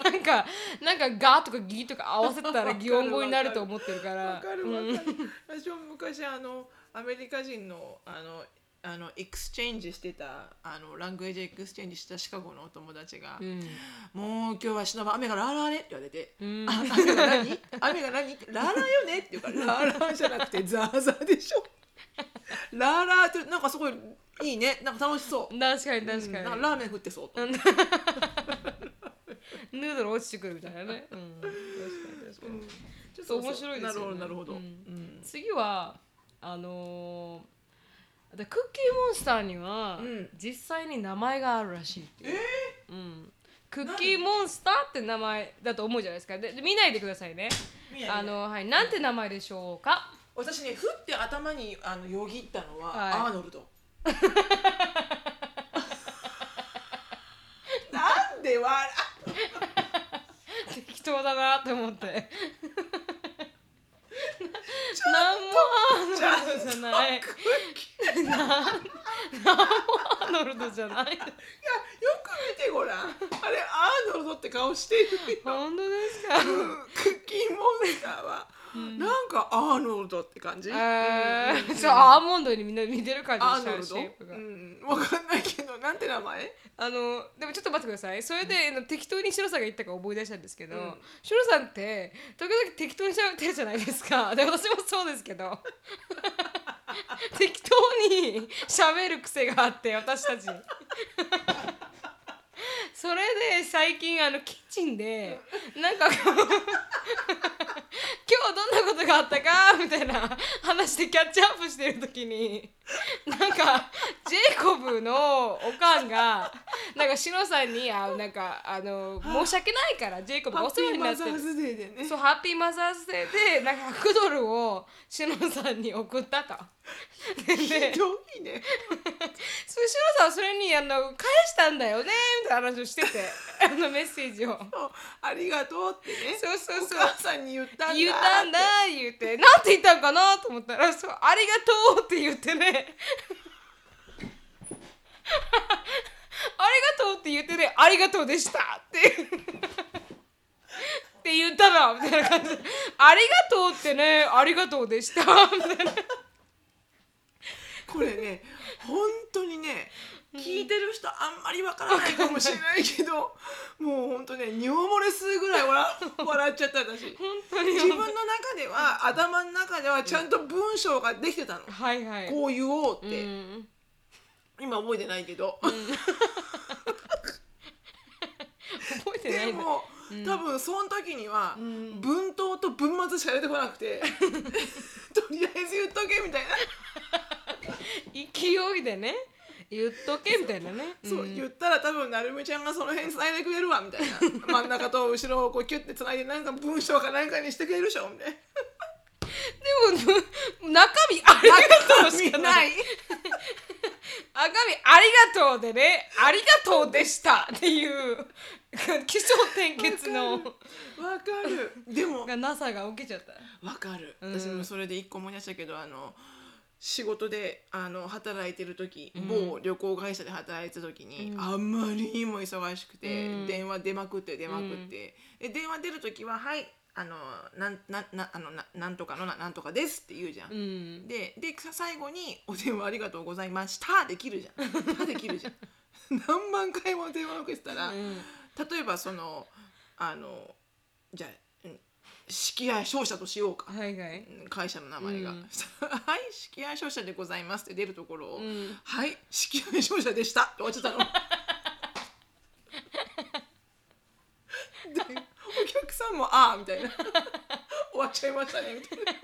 S1: なんかなんかガーとかギーとか合わせたら擬音語になると思ってるから
S2: わかるわ
S1: うん
S2: かる。私も昔あのアメリカ人のあのあのエクスチェンジしてたあのラングエージエクスチェンジしたシカゴのお友達が、
S1: うん
S2: もう今日はしのば雨がラーラーねって言われて、
S1: うん
S2: あ雨が何雨が何ラーラーよねって言うからラーラーじゃなくてザーザーでしょ。ラーラーってなんかすごいいいねなんか楽しそう。
S1: 確かに確か
S2: うんなん
S1: に
S2: かラーメン降ってそうと思って。
S1: ヌードル落ちてくるみたいなね、うん、確かに確かに、
S2: ちょっ
S1: と面白いですよね
S2: なるほどなるほど。
S1: うん
S2: うん
S1: 次はあのーでクッキーモンスターには、
S2: うん
S1: 実際に名前があるらしいっていう、うん、クッキーモンスターって名前だと思うじゃないですかでで見ないでくださいね
S2: 見ない
S1: あの、はい、なんて名前でしょうか
S2: 私ねふって頭にあのよぎったのは、
S1: はい
S2: アーノ
S1: <laughs>
S2: ルドなんで笑
S1: 適当だなと思ってな
S2: う
S1: 何
S2: ちゃ
S1: もアーノルドじゃ
S2: んと
S1: ない
S2: クッキー
S1: 何もアーノルドじゃない
S2: いやよく見てごらんあれアーノルドって顔してる
S1: <laughs>
S2: よ
S1: 本当ですか
S2: うんクッキーモンスターは、なんかアーノルドって感じ、
S1: えー、そうアーモンドにみんな似てる感じ
S2: アー
S1: で
S2: ノ
S1: した
S2: ルド、
S1: シェイプが、
S2: うん、わかんないけどなんて名前
S1: あのでもちょっと待ってくださいそれで、あの適当にシロさんが言ったから思い出したんですけど、
S2: うん
S1: シロさんって時々適当にしゃべってるじゃないですかで私もそうですけ
S2: <laughs>
S1: ど適当に喋る癖があって私たちそれで最近あのキッチンでなんかこう <laughs> 今日どんなことがあったかみたいな話でキャッチアップしてる時になんかジェイコブのおかんがなんかシノさんにあなんかあの申し訳ないからジェイコブがお世話になって
S2: ハッピーマザ
S1: る
S2: ーズデーでね
S1: そうハッピーマザーズデーでなんか100ドルをシノさんに送ったと。で
S2: ひ <laughs>
S1: で
S2: どいね
S1: そうシノさんはそれにあの返したんだよねみたいな話をしててあのメッセージを。
S2: そうありがとうってね
S1: そうそうそう
S2: お母さんに言ったんだ
S1: 言ったんだ言ってなんて言ったんかなと思ったらそう「ありがとう」って言ってねありがとうって言ってね「ありがとうでした」ってって言ったのみたいな感じで「ありがとう」ってね「ありがとうでした」みたいな
S2: これね本当にね聞いてる人あんまりわからないかもしれないけどもう本当ね尿漏れするぐらい笑
S1: <laughs>
S2: 笑っちゃった私
S1: 本当に
S2: 自分の中では頭の中ではちゃんと文章ができてたの
S1: はいはい
S2: こう言おうっ
S1: う
S2: て、
S1: ん
S2: 今覚えてないけど、
S1: 覚えてな
S2: で
S1: いんだ
S2: も、多分その時には文頭と文末しか出てこな
S1: <laughs>
S2: くてとりあえず言っとけみたいな。
S1: 勢いでね言っとけみたいなね
S2: そう、
S1: ん
S2: 言ったら多分なるみちゃんがその辺繋いでくれるわみたい <laughs> な真ん中と後ろをこうキュッて繋いでなんか文章かなんかにしてくれるでしょみたい
S1: でもぶ中身ありがとうしか
S2: な
S1: ない
S2: い
S1: 赤身ありがとうでねありがとうでしたっていう気象転結の
S2: わかるでも
S1: が NASA が受けちゃった
S2: <laughs> わかる
S1: うん
S2: 私もそれで一個思い出したけどあの仕事であの働いてる時、某旅行会社で働いてた時に、あんまりにも忙しくて、
S1: うん
S2: 電話出まくって出まくって、で電話出る時は「はいあのなんなんなんあのななんとかのななんとかです」って言うじゃん
S1: う、ん
S2: ででさ最後に「お電話ありがとうございました」できるじゃん。たできるじゃん。 <laughs> 何万回も電話を受けてたら、
S1: うん
S2: 例えばそのあのじゃあうん式や商社としようか
S1: はいはい
S2: 会社の名前が
S1: う
S2: 「
S1: ん
S2: はい式や商社でございます」って出るところを「
S1: ん
S2: はい式や商社でした」って終わっちゃったの。でお客さんも「ああ」みたいな「終わっちゃいましたね」みたいな。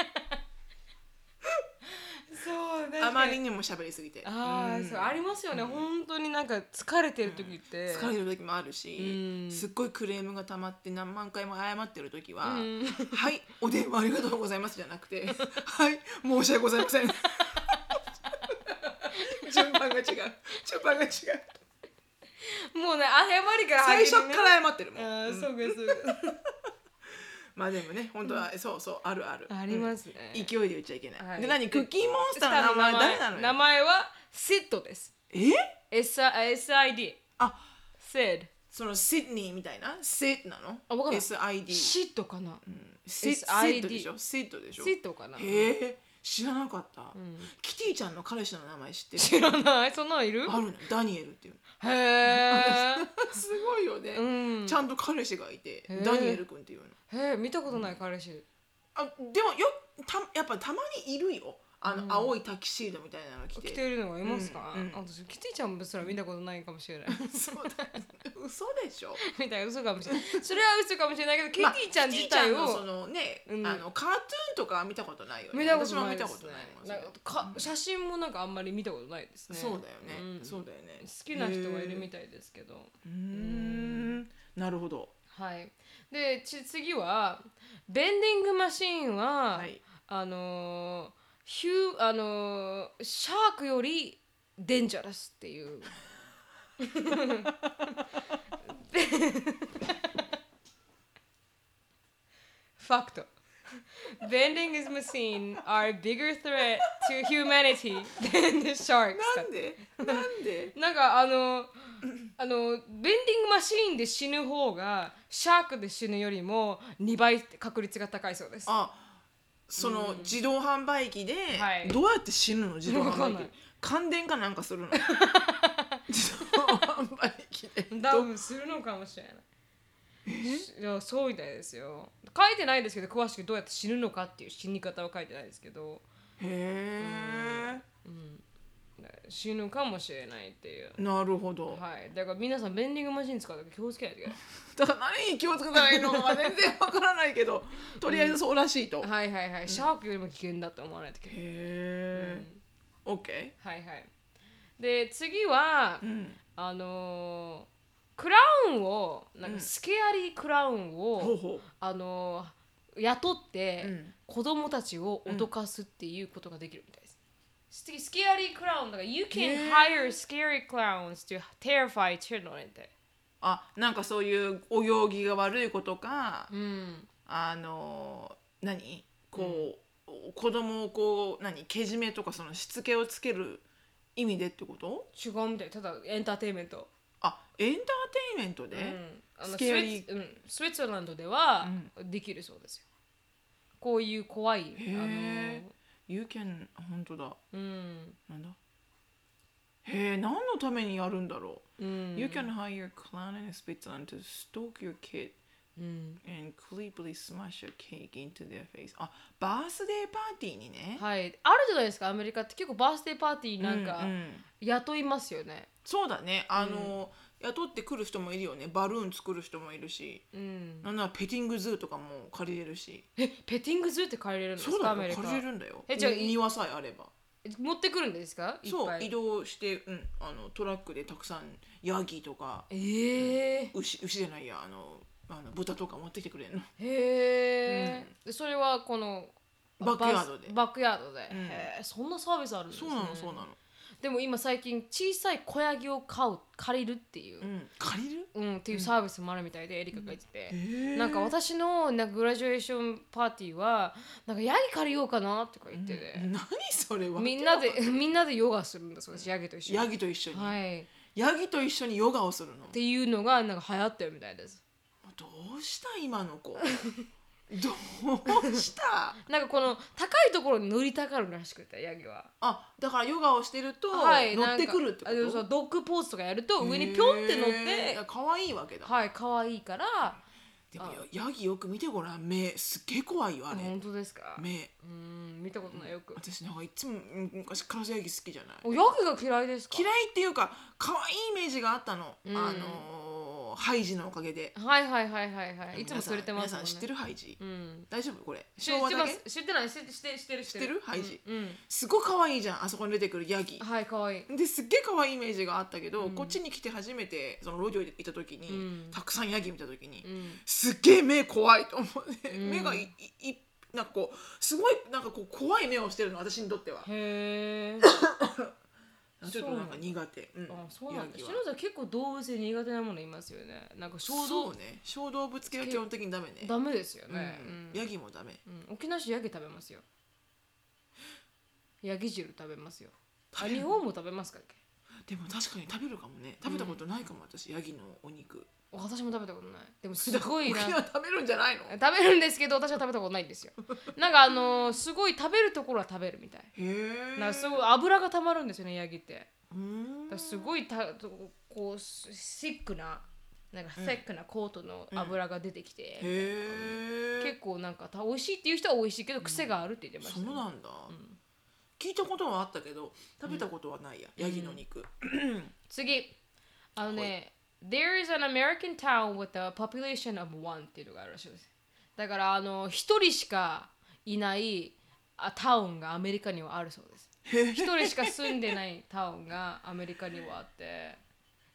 S1: そう
S2: あまりにも喋りすぎて。
S1: ああそうありますよね本当になんか疲れてる時って
S2: 疲れる時もあるし、
S1: うん
S2: すっごいクレームが溜まって何万回も謝ってる時は「
S1: うん
S2: <laughs> はいお電話ありがとうございます」じゃな
S1: <laughs>
S2: くて「はい申し訳ございません」順番が違う順番が違う
S1: もうね謝りから
S2: 最
S1: 始
S2: 初
S1: める
S2: から謝ってるもん
S1: ああそうかそうか
S2: まあでもね本当は、そうそうあるある
S1: ありますね
S2: 勢いで言っちゃいけない、
S1: はい
S2: で何クッキーモンスターの名前誰なの
S1: 名
S2: よ
S1: 前は SID です
S2: え
S1: SID
S2: あ
S1: SID
S2: そのシドニーみたいな SID なの
S1: あわかんない
S2: ?SID
S1: シットかな
S2: うんシ
S1: SID
S2: シッドでし
S1: シ
S2: ょシッドでしょ
S1: ットかな
S2: へえ知らなかった、
S1: うん
S2: キティちゃんの彼氏の名前知ってる
S1: 知らないそんなのいる
S2: あるのダニエル
S1: <laughs>
S2: っていう
S1: へえ
S2: <laughs> すごいよね、
S1: うん
S2: ちゃんと彼氏がいて
S1: へえ
S2: ダニエル君っていうの
S1: へえ見たことない彼氏
S2: あでもよたやっぱたまにいるよあの、
S1: うん
S2: 青いタキシードみたいなの着て
S1: 着
S2: <laughs>
S1: てるのがいますか、
S2: うんうん
S1: 私キティちゃんもすら見たことないかもしれない
S2: <laughs> そうだ嘘でしょ
S1: みたいな嘘かもしれないそれは嘘かもしれないけどキティちゃん自体を、
S2: まあキティちゃんのそのね、
S1: うん
S2: あのカートゥーンとかは見たことないよね
S1: 見たことない
S2: 私も見
S1: で
S2: た
S1: す、ね、
S2: ことないもん
S1: なんかか写真もなんかあんまり見たことないですね
S2: そうだよね、
S1: うん
S2: そうだよね
S1: 好きな人がいるみ
S2: たい
S1: たいですけど
S2: うーんなるほど
S1: はいでち次はベンディングマシーンは、
S2: はい
S1: あのーヒューあのーシャークよりデンジャラスっていう <laughs> でファクト Bending is machine are bigger threat to humanity than the sharks
S2: なんでなんで
S1: なんかあのあのベンディングマシーンで死ぬ方がシャークで死ぬよりも2倍確率が高いそうです。
S2: あその自動販売機で、
S1: はい
S2: どうやって死ぬの自動
S1: わか
S2: 販
S1: ん
S2: 売
S1: な
S2: 機
S1: い
S2: 感電かなんかす
S1: <laughs>
S2: るの自動販売機で
S1: 多分するのかもしれない。いやそうみたいですよ書いてないですけど詳しくどうやって死ぬのかっていう死に方は書いてないですけど、
S2: へ
S1: うん、死ぬかもしれないっていう
S2: えなるほど、
S1: はいだから皆さんベンディングマシーン使うとき気をつけないといけない
S2: だから何に気をつけたらいいのか全然わからないけどとりあえずそうらしいと、へ
S1: はいはいはいシャークよりも危険だと思わないといけない、
S2: え、オッケ
S1: はいはいで次は
S2: ーうん
S1: あのークラウンをなんかスケアリークラウンを、
S2: ほうほ
S1: あのー雇って、
S2: うん
S1: 子供たちを脅かすっていうことができるみたいです。次、スケアリークラウンだから、You
S2: ね
S1: can hire scary clowns to terrify children って。
S2: あなんかそういうお行儀が悪いことか、
S1: うん。
S2: あの何こう、子供をこう何けじめとかそのしつけをつける意味でってこと
S1: 違うみたい。ただ、エンターテインメント。
S2: あエンターテインメントで、
S1: うん、あの
S2: ス
S1: スイ
S2: ケアリ
S1: ッうん、スイッツランドではできるそうですよ。こういう怖い、あの
S2: へ
S1: ー
S2: ー、You can 本当だ
S1: うん。
S2: なんだへえ何のためにやるんだろ
S1: う
S2: う、
S1: ん。
S2: You can hire clown and Spitzland to stalk your kid
S1: うん、
S2: and creepily smash a cake into their face あバースデーパーティーにね、
S1: はい。あるじゃないですか、アメリカって結構バースデーパーティーなんか
S2: ううん
S1: 雇いますよね。
S2: そうだねあの、雇ってくる人もいるよねバルーン作る人もいるし
S1: うん。
S2: なんならペティングズーとかも借りれるし
S1: え、ペティングズって借りれるんです
S2: そう
S1: か、
S2: だ
S1: アメ
S2: よ
S1: リカ。
S2: 借りれるんだよ
S1: えじゃあ
S2: に
S1: い
S2: 庭さえあれば
S1: 持ってくるんですかいっ
S2: そ
S1: ぱ
S2: う移
S1: い
S2: 動して、うん、あのトラックでたくさんヤギとか
S1: ええ
S2: 牛牛じゃないやあのあの豚とか持ってきてくれるの
S1: へえ、でそれはこの
S2: バックヤードで
S1: バスバックヤードで、
S2: ん
S1: へえそんなサービスあるんです
S2: そ
S1: ね
S2: うなのそうなの、
S1: でも今最近小さい小ヤギを買う借りるっていう
S2: う、ん、借りる
S1: うんっていうサービスもあるみたいでエリカが言ってて、
S2: え
S1: なんか私のなんかグラジュエーションパーティーはなんかヤギ借りようかなとか言ってて、
S2: 何それ
S1: <laughs>
S2: は
S1: みんなでみんなでヨガするんだそうですヤギと一緒に
S2: ヤギと一緒に、
S1: はいっ
S2: ヤギと一緒にヨガをするの
S1: ていうのがなんか流行ってるみたいです
S2: どうした今の子 <laughs> どうした
S1: なんかこの高いところに乗りたがるらしくてヤギは。
S2: あだからヨガをしてると、乗
S1: なんか
S2: ってくるってこ
S1: あのそ
S2: と
S1: うドッグポーズとかやると上にピョンって乗っ
S2: へ
S1: て
S2: ー可愛いわけだ、
S1: はい可愛いから
S2: でもヤヤギよく見てごらん目すっげえ怖いよあれ、
S1: 本当ですか
S2: 目
S1: うん見たことないよく
S2: 私なんかいつもうん昔からヤギ好きじゃない
S1: おヤギが嫌いですか
S2: 嫌いっていうか可愛いイメージがあったの、
S1: うん
S2: あのーハイジのおかげで
S1: はいはいはいはいはいいつも
S2: 皆さん
S1: 連れてますもんね
S2: 皆さん知ってるハイジ、
S1: うん
S2: 大丈夫これ
S1: 知
S2: 昭和
S1: 知って
S2: だ
S1: ます
S2: け
S1: 知ってない知って知って知ってる知
S2: 知ってるハイジ
S1: うん
S2: すごい可愛いじゃんあそこに出てくるヤギ
S1: うんはい可愛い
S2: ですっげえ可愛いイメージがあったけど、こっちに来て初めてその路上にいた時に、
S1: うん
S2: たくさんヤギ見た時に、
S1: うん
S2: すっげえ目怖いと思って、
S1: うん
S2: 目がいいいなんかこうすごいなんかこう怖い目をしてるの私にとっては
S1: へえ
S2: <laughs> ちょっとなんか苦手うん
S1: あそうなんだ
S2: ヤギ
S1: 篠田
S2: は
S1: さん結構動物で苦手なものいますよねなんか衝
S2: そ
S1: 動
S2: うね小動物系は基本的にダメね
S1: ダメですよね
S2: うん
S1: うん
S2: ヤギもダメ
S1: うん沖縄市ヤギ食べますよヤギ汁食べますよあ
S2: 食べ
S1: 日
S2: る
S1: 本も食べますかっけ
S2: でも確かに食べるかもね食べたことないかも、私ヤギのお肉
S1: 私も食べたことないでもすごいな
S2: 沖縄食べるんじゃないのへ
S1: 食べるんですけど私は食べたことないん
S2: <laughs>
S1: ですよなんかあのーすごい食べるところは食べるみたい
S2: え
S1: なんかすごい油がたまるんですよねヤギってだか
S2: うーん
S1: らすごいたこうシシックななんかセックなコートの油が出てきて、
S2: へえ
S1: 結構なんかた美味しいっていう人は美味しいけど癖があるって言ってました
S2: そう
S1: ね、
S2: なんだ、
S1: ん
S2: 聞いたことはあったけど食べたことはないや、ヤギの肉、
S1: 次あのね There is an American town with a population of one っていうのがあるらしいですだからあの一人しかいないあタウンがアメリカにはあるそうです一人しか住んでないタウンがアメリカにはあって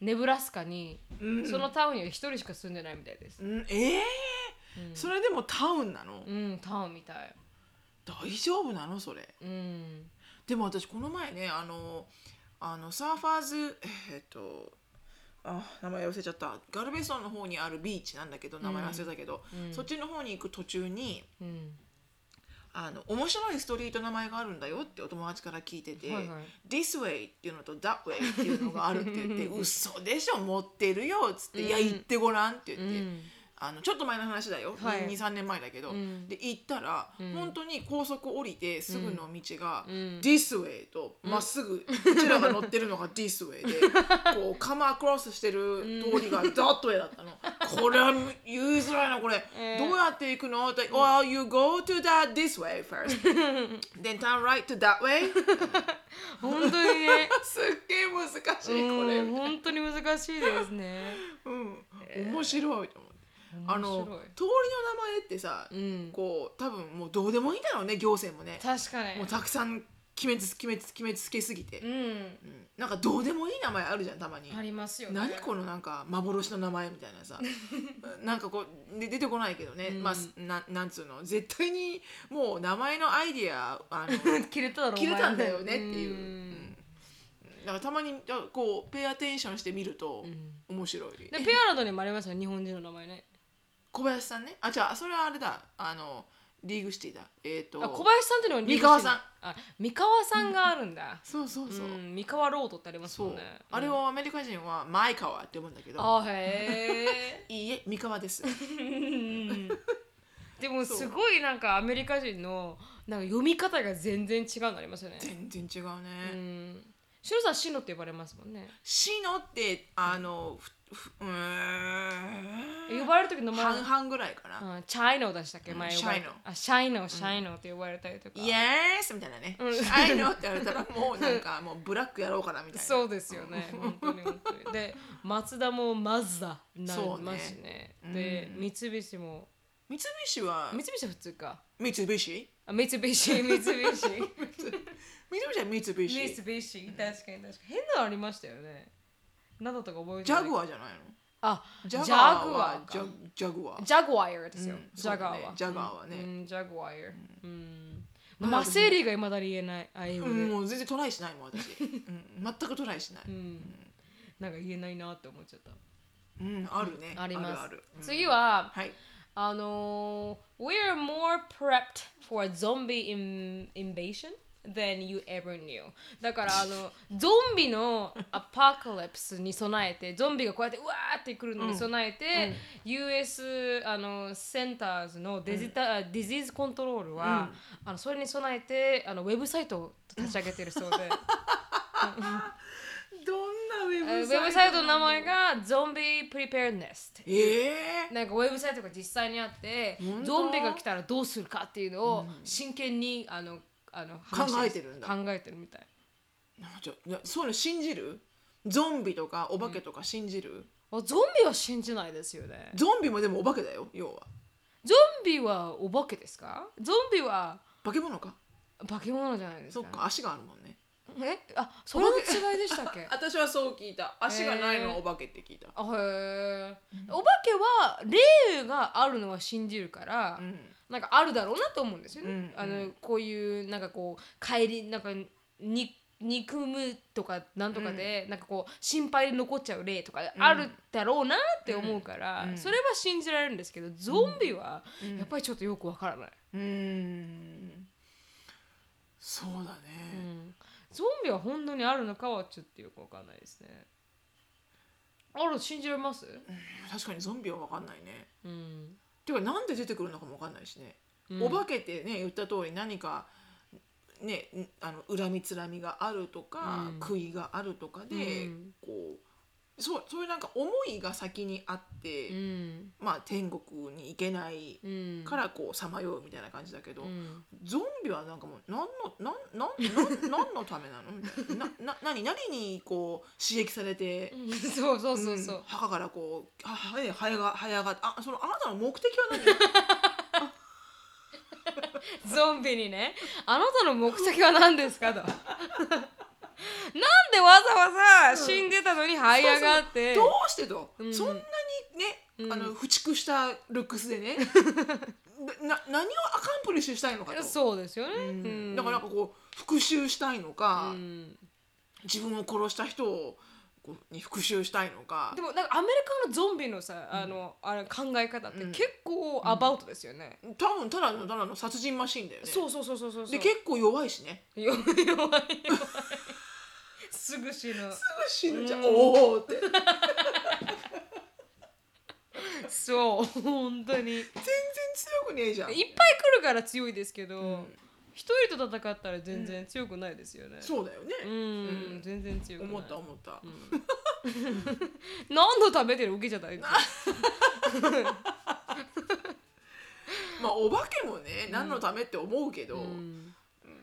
S1: ネブラスカに、そのタウンには一人しか住んでないみたいです
S2: うん、ええそれでもタウンなの、
S1: うんタウンみたい
S2: 大丈夫なのそれ
S1: うん
S2: でも私この前ねあのあのサーファーズえっとあ名前忘れちゃったガルベソンの方にあるビーチなんだけど名前忘れたけど、そっちの方に行く途中に
S1: うん
S2: あの面白いストリートの名前があるんだよってお友達から聞いてて「
S1: はいはい
S2: This way」っていうのと「That way」っていうのがあるって
S1: <laughs>
S2: 言って「嘘でしょ持ってるよ」っつって「いや行ってごらん」って言って、
S1: うん
S2: あのちょっと前の話だよ、
S1: はい
S2: 23年前だけど、
S1: ん
S2: で行ったら、本当に高速降りてすぐの道が「This way」とまっすぐ、こちらが乗ってるのが「This
S1: <laughs>
S2: way で」こうカムアクロスしてる通りが「That way」だったの。これは言いづらいなこれ、どうやって行くのって「Well you go to that this
S1: <laughs>
S2: way first then turn right to that way <laughs>
S1: 本当にね」
S2: すっげえ難しいこれ、
S1: うん本当に難しいですね
S2: うん、面白いと思って。あの
S1: 面白い
S2: 通りの名前ってさ、
S1: ん
S2: こう多分もうどうでもいいんだろうね行政もね
S1: 確かに
S2: もうたくさん決めつ決めつ決めつけすぎて、
S1: うん
S2: うんなんかどうでもいい名前あるじゃんたまに、
S1: ありますよね。
S2: 何このなんか幻の名前みたいな
S1: <laughs>
S2: さなんかこうで出てこないけどね、まあすななんつうの絶対にもう名前のアイディア
S1: <laughs>
S2: あの
S1: 切れただろ
S2: 切れたんだよねっていう、
S1: う
S2: うんだからたまにあこうペアテンションしてみると面白い、
S1: でペアラドにもありますよ日本人の名前ね。
S2: 小林さんねあじゃあそれはあれだあのリーグシティだえっ、と
S1: あ小林さんっていうのはリーグ
S2: 三河さん
S1: してる。あ三河さんがあるんだ。
S2: そうそうそう、
S1: うん三河ロードってあります
S2: そう、
S1: もんね。
S2: あれをアメリカ人はマイカワって呼ぶんだけど。
S1: あへえ
S2: いいえ三河です
S1: <laughs> うんでもすごいなんかアメリカ人のなんか読み方が全然違うのありますよね。
S2: 全然違う
S1: う
S2: ね、
S1: ん。シロさんシノって呼ばれますもんね。
S2: シノってあのふふうーん
S1: 呼ばれる時の前。
S2: 半々ぐらいかな、
S1: うん、チャイノでしたっけ前呼ばれ
S2: シャイノ
S1: あシャイノシャイノって呼ばれたりとか。
S2: イエースみたいなね、あいのって言われたらもうなんか
S1: <laughs>
S2: もうブラックやろうかなみたいな
S1: そうですよね。本当に本当に。で、松田もマズダになり
S2: そうね
S1: ますしね。で、
S2: う
S1: 三菱も
S2: 三菱は
S1: 三菱は普通か。
S2: 三菱
S1: あ、 <laughs> 三菱三菱三
S2: 三菱は三菱
S1: 菱確かに確かに変なのありましたよね。なんだったか覚えて
S2: ジ
S1: ない。
S2: ャグワじゃないの
S1: あ、
S2: ジ
S1: ジ
S2: ャ
S1: ャ
S2: グ
S1: グ
S2: ワ
S1: ワ
S2: ーは
S1: ー
S2: ジャ
S1: か。
S2: ジャグワー
S1: ジャグワイアですよ
S2: うん。
S1: ジャガー
S2: そ
S1: は。
S2: うだねジャガーはね
S1: うん、ジャグワイア。うん。マセリがいまだに言えない。あ、英語
S2: う
S1: で。
S2: ん、もう全然トライしないもん
S1: <laughs>
S2: 私、うん、全くトライしない、
S1: うん。なんか言えないなって思っちゃった。
S2: うん、あるね
S1: あります。
S2: あるある、
S1: 次は。
S2: はい
S1: あのー、We are more prepped for a zombie in- invasion than you ever knew. だからあ
S2: <laughs>
S1: の、ゾンビのアパカリプスに備えて、ゾンビがこうやってうわーって来るのに備えて、US あのセンターズのデジタ、ディジーズコントロールは、あのそれに備えてあのウェブサイトを立ち上げてるそうで、
S2: <laughs> どんなウェ
S1: あ
S2: ブ
S1: の
S2: サ
S1: ウ
S2: イ
S1: ェ
S2: ト
S1: ブサイトの名前が Zombie Preparedness って
S2: ええ
S1: なんかウェブサイトが実際にあって
S2: 本当
S1: ゾンビが来たらどうするかっていうのを真剣にあのあの
S2: 考えてるんだ
S1: 考えてるみたい
S2: なんかちょなそういうの信じるゾンビとかお化けとか信じる、
S1: あゾンビは信じないですよね
S2: ゾンビもでもお化けだよ要は
S1: ゾンビはお化けですかゾンビは
S2: 化け物か
S1: 化け物じゃないです
S2: そ
S1: か
S2: っか足があるもんね
S1: えあそれの違いでしたっけあ
S2: 私はそう聞いた足がないの
S1: へ
S2: は
S1: ー
S2: お化けって聞いた、
S1: へえお化けは霊があるのは信じるから、
S2: うん
S1: なんかあるだろうなと思うんですよね。
S2: うんうん
S1: あのこういうなんかこう帰りなんかに憎むとかなんとかで、なんかこう心配で残っちゃう例とかあるだろうなって思うから、それは信じられるんですけどゾンビはやっぱりちょっとよくわからない、
S2: うーんそうだね、
S1: うんゾンビは本当にあるのかはちょっとよくわかんないですねある信じられます
S2: 確かにゾンビは分かんないね
S1: うん、
S2: てかなんで出てくるのかも分かんないしね、
S1: うん
S2: お化けってね言った通り何かねんあの恨みつらみがあるとか、
S1: うん
S2: 悔いがあるとかで、
S1: うん
S2: こうそうそういうなんか思いが先にあって、
S1: うん
S2: まあ天国に行けない
S1: うん、
S2: からこうさまようみたいな感じだけど、
S1: うん
S2: ゾンビはなんかもう何のなんなんなん何のためなのみたいななな何何にこう刺激されて、
S1: うんそうそうそうそう、
S2: ん墓からこうははえはいがはい上がってあそのあなたの目的は何
S1: ゾンビにね「あなたの目的は何ですか?」と。なんでわざわざ死んでたのに這い上がって
S2: どうしてと、
S1: うん
S2: そんなにね、
S1: うん
S2: あの駆逐したルックス
S1: <laughs>
S2: でねなな何をアカンプリッシュしたいのかと。
S1: そうですよね、
S2: う
S1: うん
S2: んだからなんかこう復讐したいのか、
S1: うん
S2: 自分を殺した人をこうに復讐したいのか
S1: でもなんかアメリカのゾンビのさあの、あれ考え方って
S2: うん
S1: 結構アバウトですよね、
S2: 多分ただのただの殺人マシンだよね
S1: そうそうそうそうそう
S2: で結構弱いしね
S1: 弱い弱い弱いすぐ死ぬ
S2: すぐ死ぬじゃん、
S1: うん
S2: おおって
S1: そう本当にいっ
S2: 全然強くねえじゃん
S1: ぱい来るから強いですけど、
S2: うん
S1: 一人と戦ったら全然強くないですよね、
S2: そうだよね
S1: う、
S2: うんん、
S1: 全然強くない
S2: 思った思った、
S1: うん、何度食べてるわけじゃないです
S2: まあお化けもね何のためって思うけ
S1: う
S2: ど、
S1: ん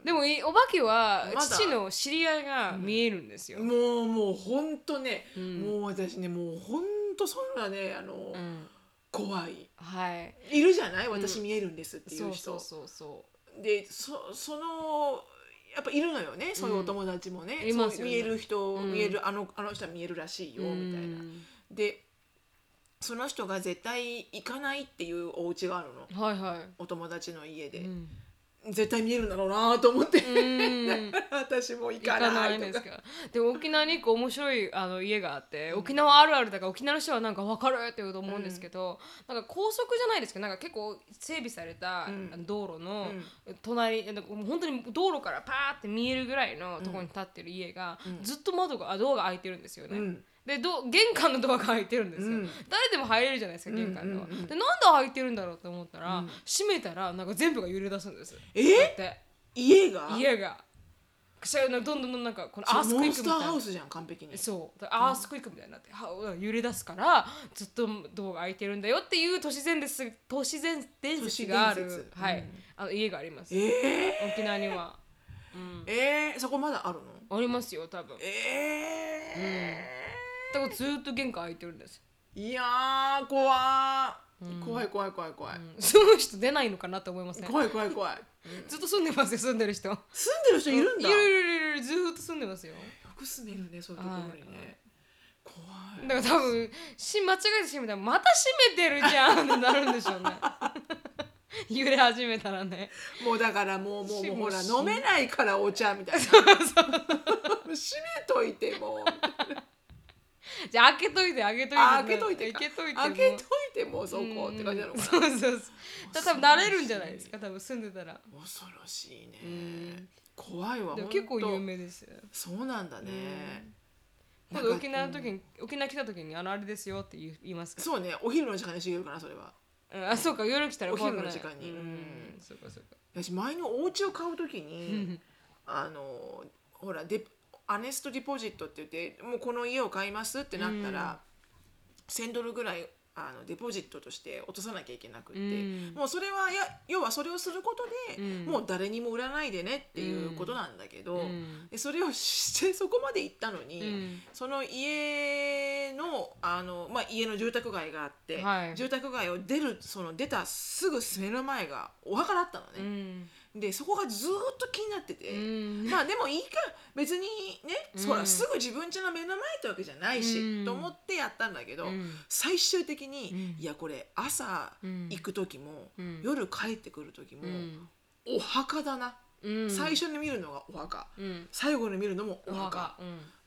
S1: でもいお化けは
S2: まだ
S1: 父の知り合いが見えるんですよ、
S2: もうもうほんとね、
S1: うん
S2: もう私ねもうほんとそんなねあの、
S1: うん
S2: 怖い
S1: はい
S2: いるじゃない私見えるんですってい
S1: そうう
S2: 人、
S1: そうそうそ
S2: でそそのやっぱいるのよねそういうお友達もね,そう、
S1: いますよね
S2: 見える人、
S1: うん
S2: 見えるあのあの人は見えるらしいうよみたいな。
S1: な
S2: でその人が絶対行かないっていうお家があるの
S1: はいは
S2: お友達の家
S1: い
S2: で
S1: う、ん
S2: 絶対見えるんだろうなと思って、
S1: うん
S2: <laughs> 私も行
S1: 行
S2: か
S1: か
S2: な
S1: ないいんで
S2: と
S1: す
S2: か。
S1: かでも沖縄に一個面白いあの家があって沖縄あるあるだから沖縄の人はなんか分かるって言うと思うんですけど、なんか高速じゃないですけどなんか結構整備された
S2: うん
S1: あの道路の隣、なんかもう本当に道路からパーって見えるぐらいのところに立ってる家が、
S2: うん
S1: ずっと窓があドアが開いてるんですよ
S2: う
S1: ね、
S2: ん
S1: でど玄関のドアが開いてるんですよ、
S2: うん
S1: 誰でも入れるじゃないですか玄関のドア、
S2: うんうんうん
S1: でなんで開いてるんだろうと思ったら、
S2: うん
S1: 閉めたらなんか全部が揺れ出すんです
S2: え
S1: こうやって
S2: 家が
S1: 家がそれどんどんどんどんなんかこのアース
S2: モ
S1: クイッ
S2: ン
S1: ク
S2: ス
S1: み
S2: タ
S1: た
S2: ー
S1: い
S2: ハ
S1: な
S2: ウスじゃん完璧に
S1: そうだからアースクイックみたいになって、は揺れ出すからずっとドアが開いてるんだよっていう都市伝説都市伝説があ
S2: 都市伝
S1: る、
S2: 説
S1: はい
S2: うん
S1: あの家があります
S2: え
S1: 沖縄には、
S2: <laughs>
S1: うん
S2: ー、、えー、そこまだあるの
S1: ありますよ多分だ
S2: え
S1: からずっと玄関開いてるんです、
S2: ーいやー怖ー、
S1: うん
S2: 怖い怖い怖い怖い、
S1: うん、その人出ないのかなと思いません
S2: 怖い怖い怖い
S1: ずっと住んでますよ住んでる人
S2: 住んでる人いるんだ
S1: い
S2: よ
S1: るいるいるいるずーっと住んでますよ
S2: く住めるねそういうところにね怖い
S1: だから多分し間違えて閉めたらまた閉めてるじゃんってなるんでしょ
S2: <laughs>
S1: うね揺れ始めたらね
S2: もうだからもうもう
S1: し
S2: もうほら
S1: し
S2: 飲めないからお茶みたいな閉めといてもう
S1: じゃあ開けといて開けといて
S2: あ開けといてか
S1: 開けといて
S2: 開けといてもうそこって感じなのか
S1: そうそうそうだから多分慣れるんじゃないですか多分住んでたら
S2: な恐ろしいね
S1: うん
S2: 怖いわ
S1: でも
S2: 本当
S1: 結構有名ですよ
S2: そうなんだね
S1: 今度
S2: なんか
S1: 沖縄の時に沖縄来た時にあのあれですよって言い言いますか
S2: そうねお昼の時間にしてくるかなそれは
S1: ら、うん、あそうか夜来たら怖くない
S2: お昼の時間に
S1: うん
S2: うん
S1: そうかそうか
S2: 私前のお家を買うときにあのほらデアネストディポジットって言ってもうこの家を買いますってなったら、1000ドルぐらいあのデポジットとして落とさなきゃいけなくって、
S1: うん
S2: もうそれはや要はそれをすることで、
S1: うん
S2: もう誰にも売らないでねっていうことなんだけど、
S1: うん
S2: でそれをしてそこまで行ったのに、
S1: うん
S2: その家のあの、まあ、家の住宅街があって、
S1: はい
S2: 住宅街を出るその出たすぐ目の前がお墓だったのね。
S1: うん
S2: でそこがずーっと気になってて、
S1: うん
S2: まあでもいいか別にね、
S1: うん
S2: ほらすぐ自分家の目の前ってわけじゃないし、
S1: うん
S2: と思ってやったんだけど、
S1: うん
S2: 最終的に、
S1: うん
S2: いやこれ朝
S1: うん
S2: 行く時も、
S1: うん
S2: 夜帰ってくる時も、
S1: うん
S2: お墓だな、
S1: うん
S2: 最初に見るのがお墓
S1: うん
S2: 最後に見るのもお
S1: お
S2: 墓
S1: 墓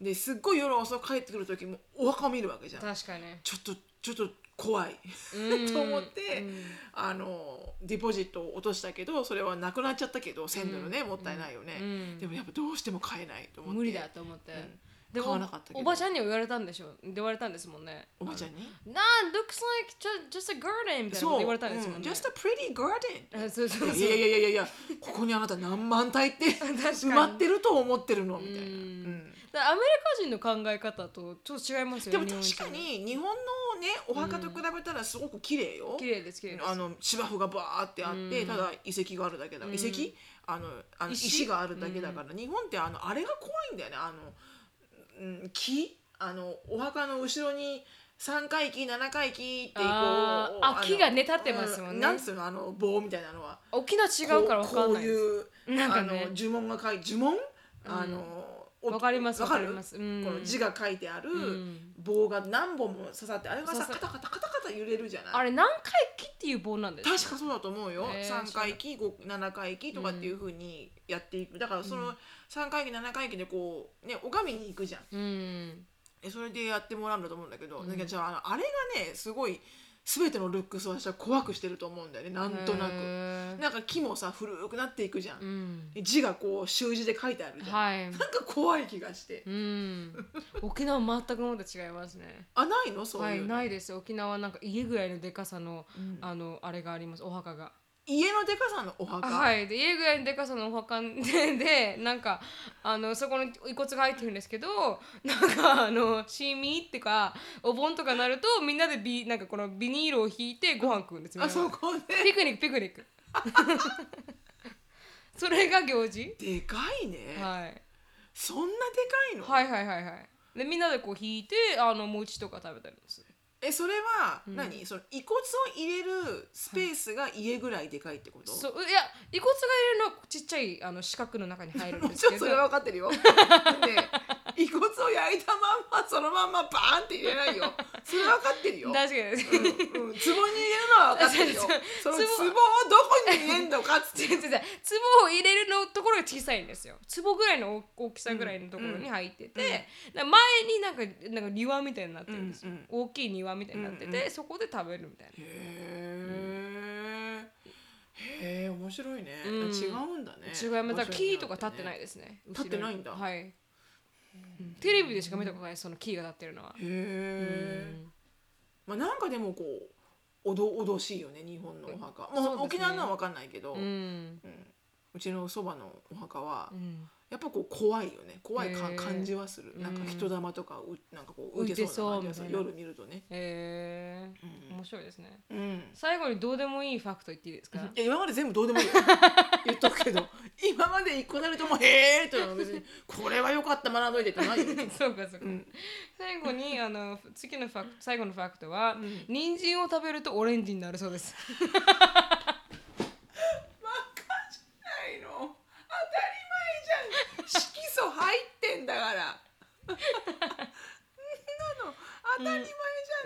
S1: うん
S2: ですっごい夜遅く帰ってくる時もお墓を見るわけじゃん
S1: 確かに
S2: ちょっとちょっと怖い
S1: うん
S2: <laughs> と思って
S1: うん
S2: あのディポジットを落としたけどそれはなくなっちゃったけど1000ドルね、もったいないよね、
S1: うん
S2: でもやっぱどうしても買えないと思って
S1: 無理だと思って、
S2: うん
S1: でも
S2: 買わなかったけど
S1: おばちゃんには言われたんでしょで言われたんですもんね
S2: おばちゃんに
S1: あのなん looks like ju- just, a garden みたいなこと
S2: そう、
S1: 言われたんですも
S2: うんん
S1: ね、
S2: Just a pretty garden
S1: あそうそうそう
S2: いやいやいやいやいやここにあなた何万体って
S1: 確かに
S2: 埋まってると思ってるのみたいな、
S1: うん
S2: うん
S1: だからアメリカ人の考え方とちょっと違いますよ
S2: で
S1: ね
S2: も確か
S1: 日
S2: に日本のねお墓と比べたらすごく綺麗よ、
S1: 本人は綺麗です綺麗です
S2: あの芝生がバーってあって、ただ遺跡があるだけだ、遺跡あのあの石
S1: 石
S2: があるだけだから、日本ってあのあれが怖いんだよねあの、うん、木あのお墓の後ろに3回木7回木ってこう
S1: あーあ
S2: の
S1: 木がね立ってますもんね
S2: うなんつうのあの棒みたいなのは
S1: 沖縄違うから分かんないで
S2: こ
S1: す
S2: うこういう
S1: なんかね
S2: あの呪文が書いて呪文、あのお
S1: わかります
S2: わ
S1: わ
S2: か
S1: か
S2: る
S1: りますうん
S2: この字が書いてある
S1: ん
S2: 棒が何本も刺さってあれがさ
S1: 刺さ
S2: カタカタカタカタ揺れるじゃない
S1: あれ何回切っていう棒なんです
S2: 確かそうだと思うよ、
S1: へー
S2: 三3回忌五7回忌とかっていうふうにやっていく、だからその3回忌7回忌でこうね拝みに行くじゃん
S1: うん
S2: えそれでやってもらうんだと思うんだけど、だけどじゃああのあれがねすごい全てのルックスを私は怖くしてると思うんだよねなんとな
S1: へ
S2: く
S1: ー
S2: なんか木もさ古くなっていくじゃん、
S1: うん
S2: で字がこう習字で書いてあるじゃん、
S1: はい
S2: なんか怖い気がして <laughs>
S1: うん沖縄全くもって違いますね
S2: あないのそう
S1: はいいう
S2: の、
S1: ないです沖縄なんか家ぐらいのでかさの
S2: うん
S1: あのあれがありますお墓が
S2: 家のでかさのお墓、
S1: あはいで家ぐらいのでかさのお墓ででなんかあのそこに遺骨が入ってるんですけどなんかあのシーミーってかお盆とかなるとみんなでビなんかこのビニールを引いてご飯食うんですよ
S2: あそこで
S1: ピクニックピクニ
S2: <laughs>
S1: ックそれが行事、
S2: でかいね、
S1: はい、
S2: そんなでかいの、
S1: はいはいはいはいでみんなでこう引いてあの餅とか食べたりもする
S2: えそれは何、その遺骨を入れるスペースが家ぐらいでかいってこと、
S1: そういや遺骨がいるのはちっちゃいあの四角の中に入るん
S2: も
S1: です
S2: <laughs> ちろ
S1: け
S2: ん
S1: ど
S2: それは分かってるよ
S1: <laughs>
S2: だって遺骨を焼いたまんまそのまんまバーンって入れないよそれは分かってるよ、う
S1: <laughs>
S2: ん
S1: 大丈夫です
S2: うん、壺に入れるのは分かってるよそ
S1: <laughs> そう
S2: の
S1: そう
S2: 壺をどこに入れんのかっつ
S1: <laughs>
S2: っ
S1: 違う違
S2: て
S1: う違う壺を入れるのところが小さいんですよ壺ぐらいの大大きさぐらいのところに入ってて、だから前になんかなんか庭みたいになってるんですよ、
S2: うんうん
S1: 大きい庭みたいになってて、そこで食べるみたいな
S2: へえへえ面白いね、
S1: うん
S2: 違うんだね
S1: 違いまた木とか立ってないいですね
S2: 立ってないんだ
S1: 後ろにはいうんテレビでしか見たことないその木が立ってるのは
S2: へえ、まあ、なんかでもこうおどおどしいよね日本のお墓、まあ
S1: そうですね
S2: 沖縄のは分かんないけど、う
S1: うんうん
S2: ちのそばのお墓は、
S1: うん
S2: やっぱこう怖いよね怖いか
S1: へー
S2: 感じはするなんか
S1: うん
S2: 人玉とかうなんかこう浮いてそうな感じがす
S1: 浮いてそうみた
S2: る
S1: いな
S2: 夜見るとね、
S1: へえ
S2: うん
S1: 面白いですね
S2: うん、
S1: 最後にどうでもいいファクト言っていいですか
S2: <laughs> いや今まで全部どうでも
S1: <laughs>
S2: いいよ言っとくけど今まで一個なりとも「へえ」というのは別に「これは良かった学んどいて」ってないよ別
S1: <laughs>
S2: に
S1: そうかそうか、
S2: うん
S1: 最後
S2: <laughs>
S1: にあの次のファク最後のファクトは、
S2: ん
S1: 人参を食べるとオレンジになるそうです。
S2: バカじゃないの当たり前じゃん色素入ってんだからそんなの当たり前じ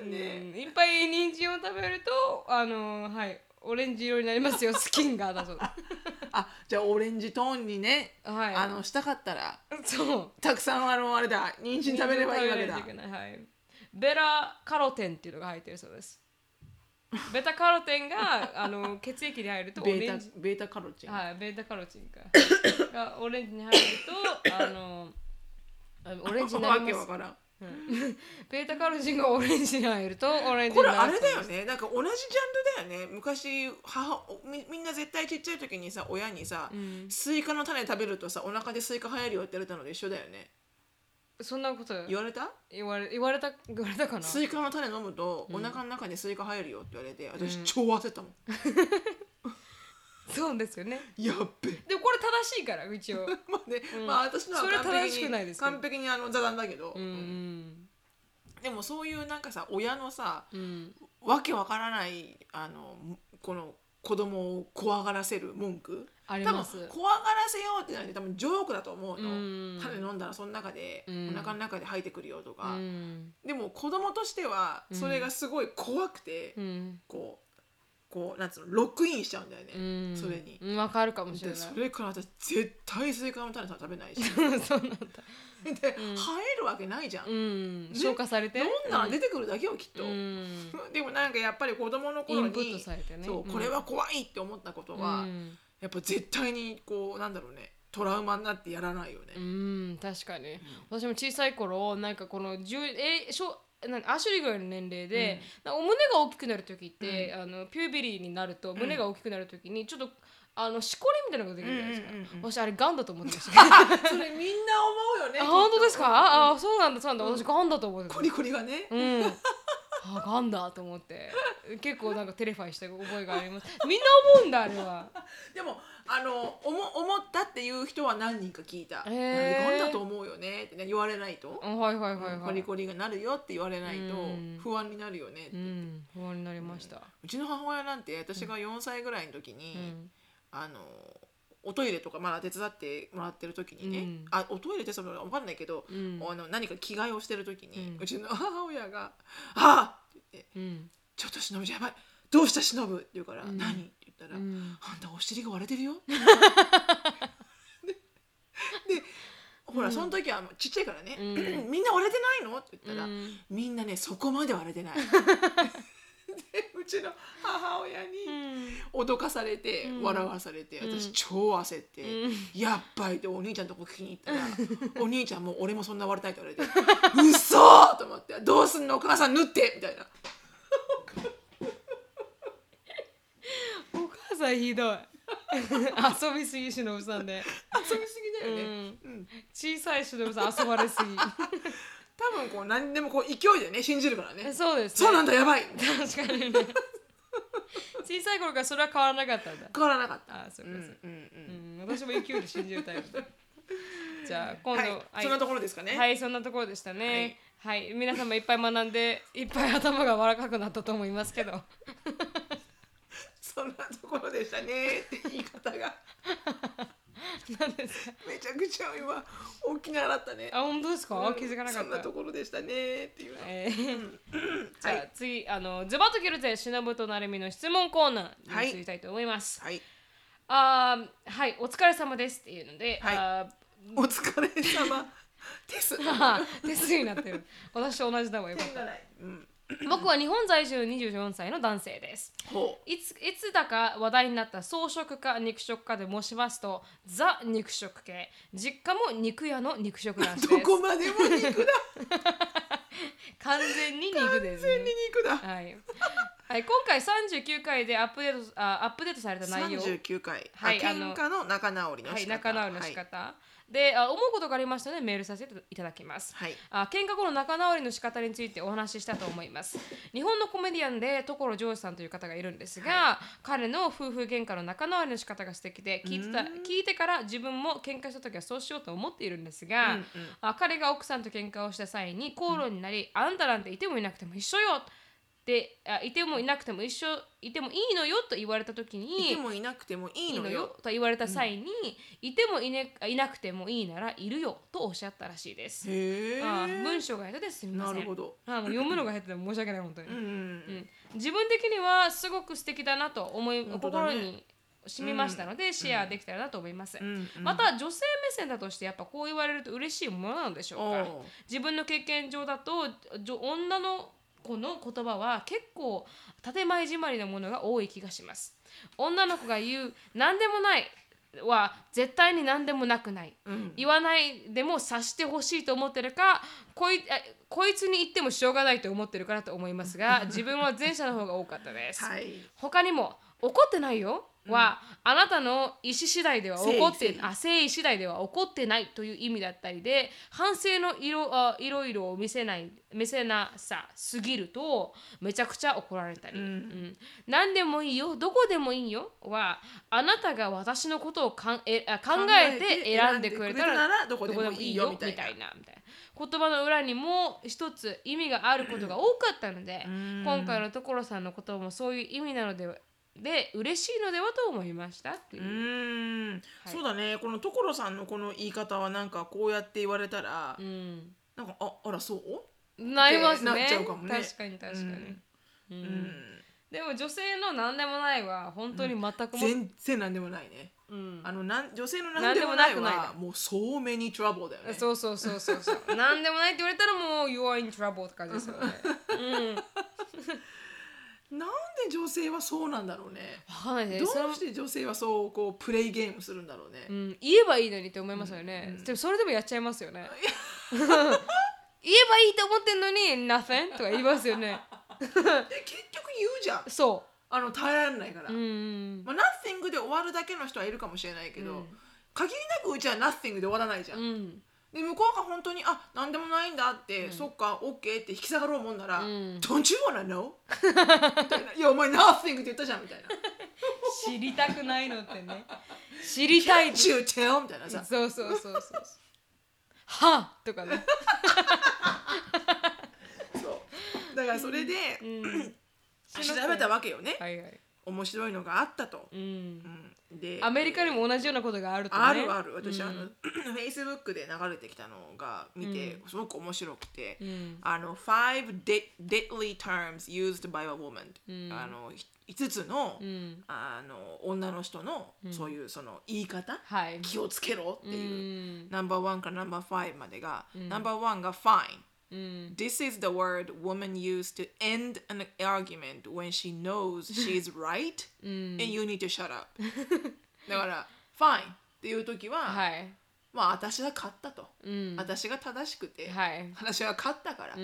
S2: ゃんね、
S1: うんいっぱい人参を食べるとあのはいオレンジ色になり
S2: <laughs>
S1: ますよスキンがだそうで
S2: あじゃあオレンジトーンにね、
S1: す。はい。
S2: あのしたかったら
S1: そう。
S2: たくさんあのあれだ人参食べればいいわけだ
S1: 人参食べないといけないはい。ベラカロテンっていうのが入ってるそうです。ベタカロテン
S2: <laughs>
S1: があの血液に入るとオ
S2: ベ
S1: レ
S2: ー
S1: ン
S2: タ
S1: ジ
S2: ベータカロチン、
S1: はいベータカロチンかがオレンジに入るとあのあオレンジにな
S2: わけ
S1: りま
S2: わ
S1: す。
S2: からん
S1: ベータカロチンがオレンジに入るとオレンジ
S2: こ
S1: に
S2: れ
S1: なる
S2: あ
S1: そう
S2: れ
S1: です
S2: だよねなんか同じジャンルだよね昔母みみんな絶対ちっちゃい時にさ親にさ、スイカの種食べるとさお腹でスイカ流行るよって言われたので一緒だよね
S1: そんなこと
S2: 言われた
S1: 言われ言われた言われたかな
S2: スイカの種飲むとお腹の中にスイカ入るよって言われて私超焦ったもん、
S1: そうですよね
S2: やっべえ
S1: でもこれ正しいから一応
S2: まあね、まあ私のは
S1: それは
S2: 完璧に
S1: 正しくないですけど
S2: 完璧にあの座談だけど、
S1: うん
S2: でもそういうなんかさ親のさ
S1: うん
S2: わけわからないあのこの子供を怖がらせる文句
S1: あり
S2: 多
S1: ま
S2: 分
S1: す
S2: 怖がらせようってなって多分ジョークだと思うの、
S1: うん
S2: 種飲んだらその中で、
S1: うん
S2: お腹の中で吐いてくるよと
S1: う
S2: か、
S1: ん
S2: でも子供としてはそれがすごい怖くて、
S1: うん
S2: こうこうなんつうのロックインしちゃうんだよね、
S1: うん
S2: それに。
S1: うんわかるかもしれ
S2: で
S1: ない
S2: それから私絶対スイカの種食べないし
S1: <laughs> そうなんだ
S2: で生えるわけないじゃん、
S1: うん、
S2: ね
S1: 消化されて
S2: 飲んだら出てくるだけよきっと、
S1: うん
S2: でもなんかやっぱり子供の
S1: イ
S2: 頃
S1: ンプッ
S2: に、
S1: トされてね
S2: そうこれは怖いって思ったこと
S1: う
S2: は、
S1: ん
S2: やっぱ絶対にこうなんだろうねトラウマになってやらないよね、
S1: うん確かに私も小さい頃なんかこの10えしょなんかアシュリーぐらいの年齢で、なんか胸が大きくなる時って、あのピューベリーになると胸が大きくなる時にちょっとあのしこりみたいなのができるじゃないですか、
S2: うんうんうんうん
S1: 私あれガンだと思ってました
S2: <laughs>
S1: あ
S2: あそれみんな思うよね
S1: 本当ですかああそうなんだそうなんだ、
S2: うん
S1: 私ガンだと思ってた
S2: コリコリがね、
S1: うん、あガンだと思って結構なんかテレファイした覚えがありますみんな思うんだあれは
S2: でもあの思思ったっていう人は何人か聞いた「
S1: へ
S2: な
S1: ー
S2: んだと思うよね」ってね言われないと
S1: う、んはいはい
S2: うん
S1: はいは
S2: コ
S1: い
S2: リコリがなるよって言われないと
S1: うん
S2: 不安になるよねって、
S1: う
S2: うん
S1: 不安になりました、
S2: ちの母親なんて私が4歳ぐらいの時に、
S1: うん
S2: あのおトイレとかまだ手伝ってもらってる時にね、
S1: うん
S2: あおトイレ手伝ってもらうのか分かんないけど、
S1: うん
S2: あの何か着替えをしてる時に、
S1: う
S2: うんちの母親が「ああ!」って言って
S1: うん
S2: 「ちょっと忍ぶじゃやばいどうした忍ぶ?」って言うから「
S1: うん
S2: 何?」って言ったら、
S1: うん
S2: あんたお尻が割れてるよ」で
S1: <laughs>
S2: でほら、その時はもうちっちゃいからね「
S1: う
S2: みんな割れてないの?」って言ったら、
S1: うん
S2: みんなねそこまで割れて <laughs> ない」でうちの母親に脅かされて、
S1: うん
S2: 笑わされて
S1: うん
S2: 私超焦って
S1: う
S2: 「
S1: ん
S2: やっばい」ってお兄ちゃんとこ聞きに行ったら「 <laughs> お兄ちゃんもう俺もそんな割れたい」って言われて「うそ!」と思って「どうすんのお母さん縫って」みたいな。
S1: お母さんひどい遊びすぎしのぶさんで、
S2: 遊びすぎだよね、
S1: う
S2: うん
S1: 小さいしのぶさん遊ばれす
S2: 多分こう何でもこう勢いでね信じるから
S1: ぎ
S2: ね
S1: そうです、ね、
S2: そうなんだやばい
S1: 確かにね小さい頃からそれは変わらなかったんだ
S2: 変わらなかった
S1: あそう
S2: う
S1: か
S2: んう
S1: そ
S2: ん
S1: う
S2: う
S1: か
S2: ん
S1: うん、私も勢いで信じるタイプだじゃあ今度、
S2: はい
S1: はい
S2: そんなところですかね
S1: はいそんなところでしたねはい、皆様いっぱい学んでいっぱい頭が柔らかくなったと思いますけど <laughs>
S2: そんなところでしたねって言い方が
S1: 何ですか
S2: めちゃくちゃ今大きな洗ったね
S1: あ本当ですか、
S2: うん
S1: 気づかなか
S2: そん
S1: っ
S2: な
S1: た
S2: ところでしたねっていうの
S1: えーじゃ
S2: は
S1: あ、
S2: い
S1: 次あのズバッと切るぜ忍となるみの質問コーナーに移りたいと思います、
S2: はい
S1: あーはいお疲れ様ですっていうので、
S2: はい
S1: あ
S2: お疲れ様
S1: <laughs>
S2: です
S1: ー手すりになってる私と同じだわよかっ
S2: 点がないうん
S1: た <laughs> 僕は日本在住24歳の男性です
S2: ほ
S1: いついつだか話題になった草食か肉食かで申しますとザ肉食系実家も肉屋の肉食男
S2: う
S1: 子
S2: ど
S1: です
S2: こまでも肉だ
S1: 完全に肉です、
S2: 全
S1: ね
S2: に、肉だ
S1: はい、はい、今回39回でアップデートあアップデートされた <laughs> 内容
S2: 39回あ
S1: はいあの
S2: 喧嘩の仲直りの
S1: は
S2: 仕
S1: い、
S2: 方
S1: 仲直りの仕方、であ思うことがありましたのでメールさせていただきます
S2: はい
S1: あ喧嘩後の仲直りの仕方についてお話ししたと思います日本のコメディアンで所ジョージさんという方がいるんですが、彼の夫婦喧嘩の仲直りの仕方が素敵で聞いてた
S2: うん
S1: 聞いてから自分も喧嘩した時はそうしようと思っているんですが、
S2: うんうん
S1: あ彼が奥さんと喧嘩をした際に口論になり、あんたなんていてもいなくても一緒よってあいてもいなくても一緒いてもいいのよと言われた時に
S2: いてもいなくてもい
S1: い
S2: い
S1: い
S2: の
S1: の
S2: よ
S1: よと言われた際に、いてもい,、ね、いなくてもいいならいるよとおっしゃったらしいです。
S2: へえ
S1: あー文章が下手ですみま
S2: な
S1: せん。
S2: るほど
S1: あーもう読むのが下手で申し訳ない本当に、
S2: うんう
S1: う
S2: ん
S1: ん自分的にはすごく素敵だなと思い、
S2: 本当だ
S1: 心
S2: ね
S1: に染みましたので、シェアできたらなと思います。
S2: うんうん
S1: また女性目線だとしてやっぱこう言われると嬉しいものなのでしょう
S2: お
S1: か
S2: う
S1: 自分の経験上だとじょ女の子の言葉は結構建前じまりのものが多い気がします女の子が言う「何でもない」は絶対に何でもなくない
S2: うん
S1: 言わないでも察してほしいと思ってるかこいあこいつに言ってもしょうがないと思ってるからと思いますが自分は前者の方が多かったです、
S2: はい
S1: 他にも「怒ってないよ」は、あなたの意思次第では怒って
S2: 誠意誠意
S1: あ誠意次第では怒ってないという意味だったりで反省の色あいろいろを見せない見せなさすぎるとめちゃくちゃ怒られたり、
S2: うん
S1: ん何でもいいよどこでもいいよはあなたが私のことをかんえあ考えて選んでくれたら
S2: どこ
S1: ど
S2: で
S1: こで
S2: も
S1: もい
S2: い
S1: い
S2: い
S1: よ
S2: よ
S1: み
S2: み
S1: た
S2: た
S1: い
S2: い
S1: な
S2: な
S1: みたいな言葉の裏にも一つ意味があることが多かったので
S2: うん
S1: 今回の所さんの言葉もそういう意味なのではで嬉しいのではと思いましたっていうう、
S2: ーん、そうだねこの所さんのこの言い方はなんかこうやって言われたら、
S1: うん
S2: なんかああらそう
S1: なりますね
S2: ってなっちゃうかもね
S1: 確かに確かに、うん
S2: うん、
S1: でも女性の何でもないは本当に全くも、
S2: 全然なんでもないね
S1: うん
S2: あのなん女性の何でもない
S1: なんでもなく
S2: はもう so many trouble だよね
S1: そうそうそうそう
S2: <laughs>
S1: そうなんでもないって言われたらもう You are in trouble って感じですよねうん
S2: なんで女性はそうなんだろうね
S1: 分かんないで
S2: ど
S1: す
S2: う
S1: それも
S2: して女性はそうこうプレイゲームするんだろうね、
S1: うん、言えばいいのにって思いますよね、でもそれでもやっちゃいますよ <laughs> ね言えばいいと思ってんのに nothing とか言いますよね
S2: で結局言うじゃん
S1: そ
S2: あの耐えられないから、
S1: ううん
S2: まあ、ナッシングで終わるだけの人はいるかもしれないけど、
S1: うん
S2: 限りなくうちはナッシングで終わらないじゃ、
S1: うんん
S2: で向こうが本当に「あなんでもないんだ」って「そっかオッケー」って引き下がろうもんなら「
S1: うん
S2: Don't you wanna
S1: <laughs>
S2: know? みたいな」いやお前ナッシングって言ったじゃん」みたいな「
S1: 知りたくないのってね知りたい
S2: Can't you tell?」みたいな
S1: そ
S2: さ
S1: うそうそうそうそうはっとかね
S2: そうだからそれで、
S1: うん
S2: 調べたわけよね、
S1: はいはい
S2: 面白いのがあったと、
S1: う
S2: うんんで
S1: アメリカにも同じようなことがあるとね
S2: あるある私、
S1: うん
S2: あの <clears throat> フェイスブックで流れてきたのが見て、すごく面白くて、
S1: うん
S2: あの5 de- deadly terms used by a woman、
S1: うん
S2: あの5つの,、
S1: うん
S2: あの女の人の、そういうその言い方、
S1: はい
S2: 気をつけろって
S1: う
S2: いう、
S1: ん
S2: ナンバーワンからナンバーファイブまでが、ナンバーワンが fine
S1: うん
S2: This is the word women use to end an argument when she
S1: <laughs>
S2: knows she's right
S1: うん
S2: and you need to
S1: <laughs>
S2: shut up だから「fine」っていう時は、
S1: はい
S2: まあ私は勝ったと、
S1: うん
S2: 私が正しくて、
S1: はい
S2: 私は勝ったから、
S1: ん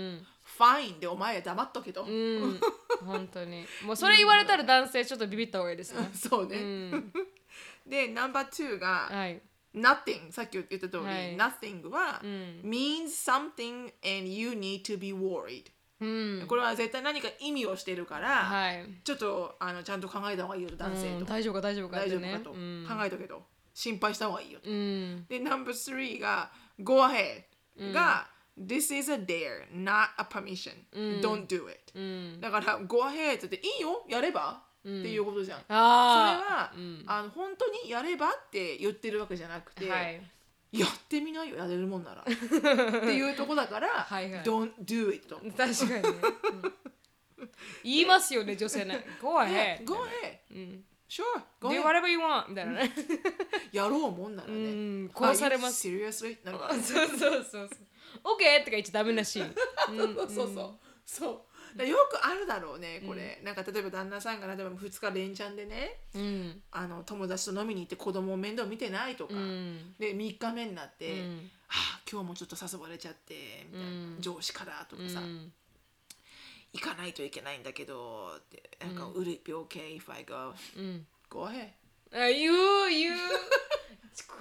S2: fine でお前は黙っとけと、
S1: うん本当にもうそれ言われたら男性ちょっとビビった方がいいですね
S2: <laughs> そうね、
S1: うん
S2: <laughs> でナンバー2が
S1: はい
S2: nothing さっき言った通り、
S1: はい
S2: nothing は、
S1: うん
S2: means something and you need to be worried
S1: うん
S2: これは絶対何か意味をしてるから、
S1: はい
S2: ちょっとあのちゃんと考えた方がいいよと男性
S1: うん
S2: と、
S1: 大丈夫か大丈夫かっ
S2: 大
S1: て
S2: 丈夫
S1: ね
S2: かと、
S1: うん
S2: 考えとけと心配した方がいいよと、
S1: うん
S2: でナンバー3が go ahead が、this is a dare not a permission、don't do it
S1: うん
S2: だから「Go ahead」って「いいよやれば」っていうことじゃん。それ
S1: あ
S2: は、あの本当にやればって言ってるわけじゃなく
S1: あ
S2: て、
S1: はい
S2: やってみないよやれるもん
S1: <laughs>
S2: ならっていうとこだから「
S1: はいはい
S2: Don't do it」と。
S1: 確かにねうん <laughs> 言いますよね女性ね Go ahead
S2: ね Go ahead、Sure
S1: Do
S2: Go ahead
S1: whatever you want みたいなね
S2: やろうもんならね。。
S1: うん殺されます
S2: Seriously なるから
S1: そうそうそうそう OK とか言っちゃダメだし
S2: <laughs> そうそうそう。そうだからよくあるだろうねこれ、なんか例えば旦那さんが例えば2日連チャンでね
S1: うん
S2: あの友達と飲みに行って子供を面倒見てないとか、
S1: うん
S2: で3日目になって、
S1: うん
S2: はあ、今日もちょっと誘われちゃってみたいな、
S1: うん
S2: 上司からとかさ、
S1: うん
S2: 行かないといけないんだけどってなんか「うるい OK if I go
S1: うん
S2: go ahead
S1: あ言う言う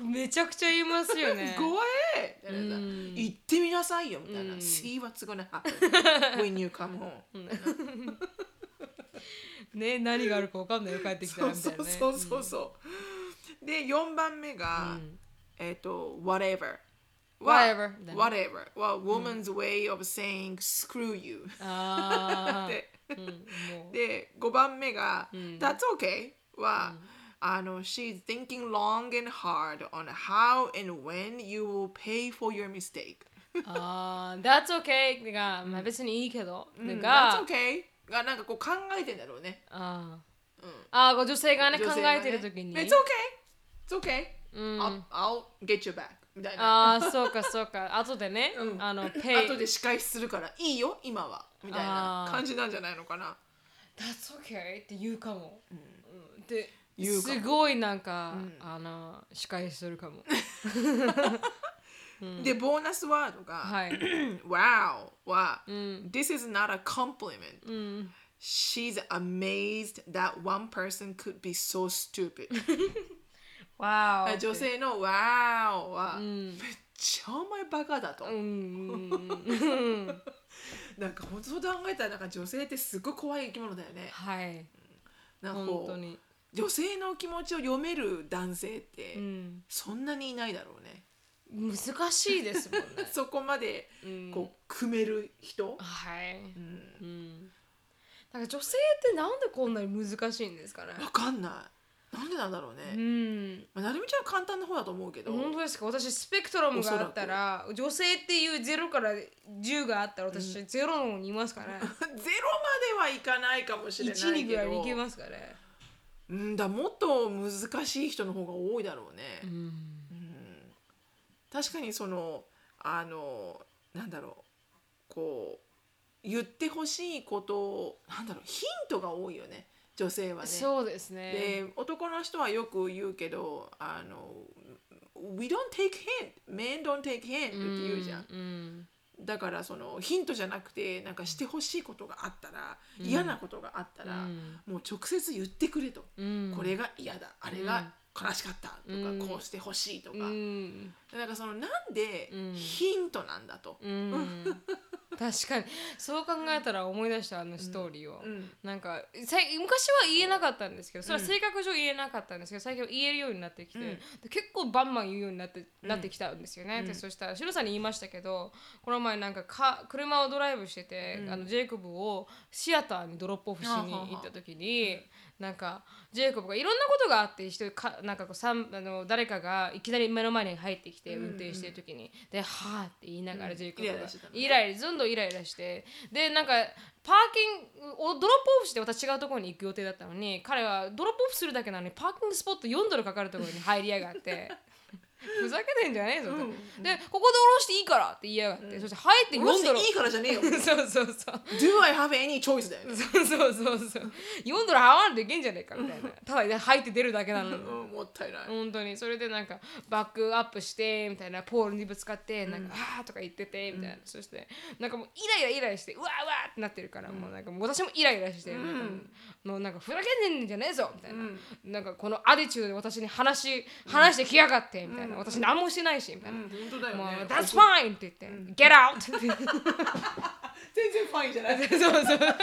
S1: めちゃくちゃ言いますよ
S2: <laughs>
S1: ね
S2: go ahead」みたいなさ、
S1: うん
S2: 行ってみなさいよ」みたいな「
S1: うん
S2: see what's gonna happen <laughs> when you come home
S1: ね何があるか分かんないよ帰っ
S2: <laughs>
S1: て」きた
S2: そ
S1: ら
S2: う
S1: みたいな
S2: そう
S1: ね
S2: そうそうそうで4番目が、えっ、と「whatever」
S1: Whatever Mm. だね
S2: whatever は woman's way of saying screw you
S1: あ
S2: <laughs> で
S1: あ、うん、もう
S2: で5番目が「That's
S1: Mm.
S2: okay」は、あの「She's thinking long and hard on how and when you will pay for your mistake
S1: ああ That's okay が、まあ、別にいいけど、」が、
S2: Mm, That's okay」がなんかこう考えてんだろうね
S1: あー、あーご女性がね
S2: 女性
S1: 考
S2: がね
S1: えてる時に
S2: It's okay It's okay、I'll, I'll get you back みたいな
S1: ああそうかそうか後でね、
S2: うん
S1: あのペイ
S2: 後で仕返しするからいいよ今はみたいな感じなんじゃないのかな
S1: That's okay って言うかも、うん、で
S2: 言うかも
S1: すごいなんか、あの仕返しするかも
S2: でボーナスワードが「
S1: はい
S2: <clears throat> Wow は、This is not a compliment、She's amazed that one person could be
S1: <laughs>
S2: so stupid <laughs>
S1: わー
S2: 女性の Wow は、
S1: ん
S2: めっちゃお前バカだと、
S1: うん <laughs>
S2: なんか本当そう考えたらなんか女性ってすごい怖い生き物だよね
S1: はい
S2: なんか
S1: 本
S2: こ
S1: 当
S2: う
S1: に、
S2: 女性の気持ちを読める男性って、
S1: うん、
S2: そんなにいないだろうね
S1: 難しいですもんね
S2: <laughs> そこまで
S1: ん
S2: こう組める人、
S1: はい、
S2: うん
S1: うん、なんか女性ってなんでこんなに難しいんですかね
S2: わかんないなんでなんだろうね、
S1: うん
S2: まあ、なるみちゃんは簡単な方だと思うけど、
S1: 本当ですか私スペクトラムがあったら女性っていう0から10があったら私0の方にいますから、ね
S2: ゼロまではいかないかもしれない
S1: 1にぐ
S2: け
S1: らいに
S2: ど
S1: いけますからね
S2: うんだもっと難しい人の方が多いだろうね。
S1: うん
S2: うん確かにそのあのなんだろうこう言ってほしいことをなんだろうヒントが多いよね女性はね。
S1: そうですね。
S2: で男の人はよく言うけどあの「We don't take hint men don't take hint」って言うじゃん。
S1: うん
S2: だからそのヒントじゃなくてなんかしてほしいことがあったら嫌なことがあったら、もう直接言ってくれと、
S1: うん
S2: これが嫌だあれが悲しかったとか、
S1: うん
S2: こうしてほしいとか、
S1: うん
S2: なんかそのなんで
S1: うん
S2: ヒントなんだと。
S1: うん、 <laughs> 確かにそう考えたら思い出したあのストーリーを、
S2: うん
S1: なんかさい昔は言えなかったんですけどそれは性格上言えなかったんですけど最近は言えるようになってきて、
S2: うん
S1: で結構バンバン言うようになって,、
S2: うん
S1: なってきたんですよね、
S2: う
S1: で
S2: ん
S1: そしたらシロさんに言いましたけどこの前なんかか車をドライブしてて、
S2: うん
S1: あのジェイコブをシアターにドロップオフしに行った時になんかジェイコブがいろんなことがあって一人かなんかこうさんあの誰かがいきなり目の前に入ってきて
S2: うんうん
S1: 運転してる時に、で「はあ」って言いなが
S2: う
S1: ら
S2: ん
S1: ジェイコブが、
S2: イライラしてたのね
S1: イライラずんどんイライラしてでなんかパーキングをドロップオフして私違うところに行く予定だったのに彼はドロップオフするだけなのにパーキングスポット4ドルかかるところに入りやがって
S2: <laughs>
S1: ふざけてんじゃねえぞと、
S2: うん
S1: でここで降ろしていいからって言いやがって、そして入って4
S2: もし
S1: ドル。
S2: いいからじゃねえ
S1: <laughs>
S2: よ
S1: そうそうそう
S2: Do I have any choice だよね。
S1: そうそうそうそう4ドル払わんといけんじゃねえかみたいなただで入って出るだけなのに
S2: うんもったいない。
S1: 本当にそれでなんかバックアップしてみたいなポールにぶつかってなんか、あーとか言っててみたいな、そしてなんかもうイライライライラしてうわーうわーってなってるから、もうなんかもう私もイライラして、なんかもうなんかふざけんねんじゃねえぞみたいな、なんかこのアディチュードで私に話話してきやがってみたいな、私何もしてないしみたいな。
S2: うん本当だよ
S1: もう
S2: ね。
S1: 「That's fine」って言って「Get out」って言 <laughs> って
S2: 全然ファインじゃない。
S1: そうそう。ファ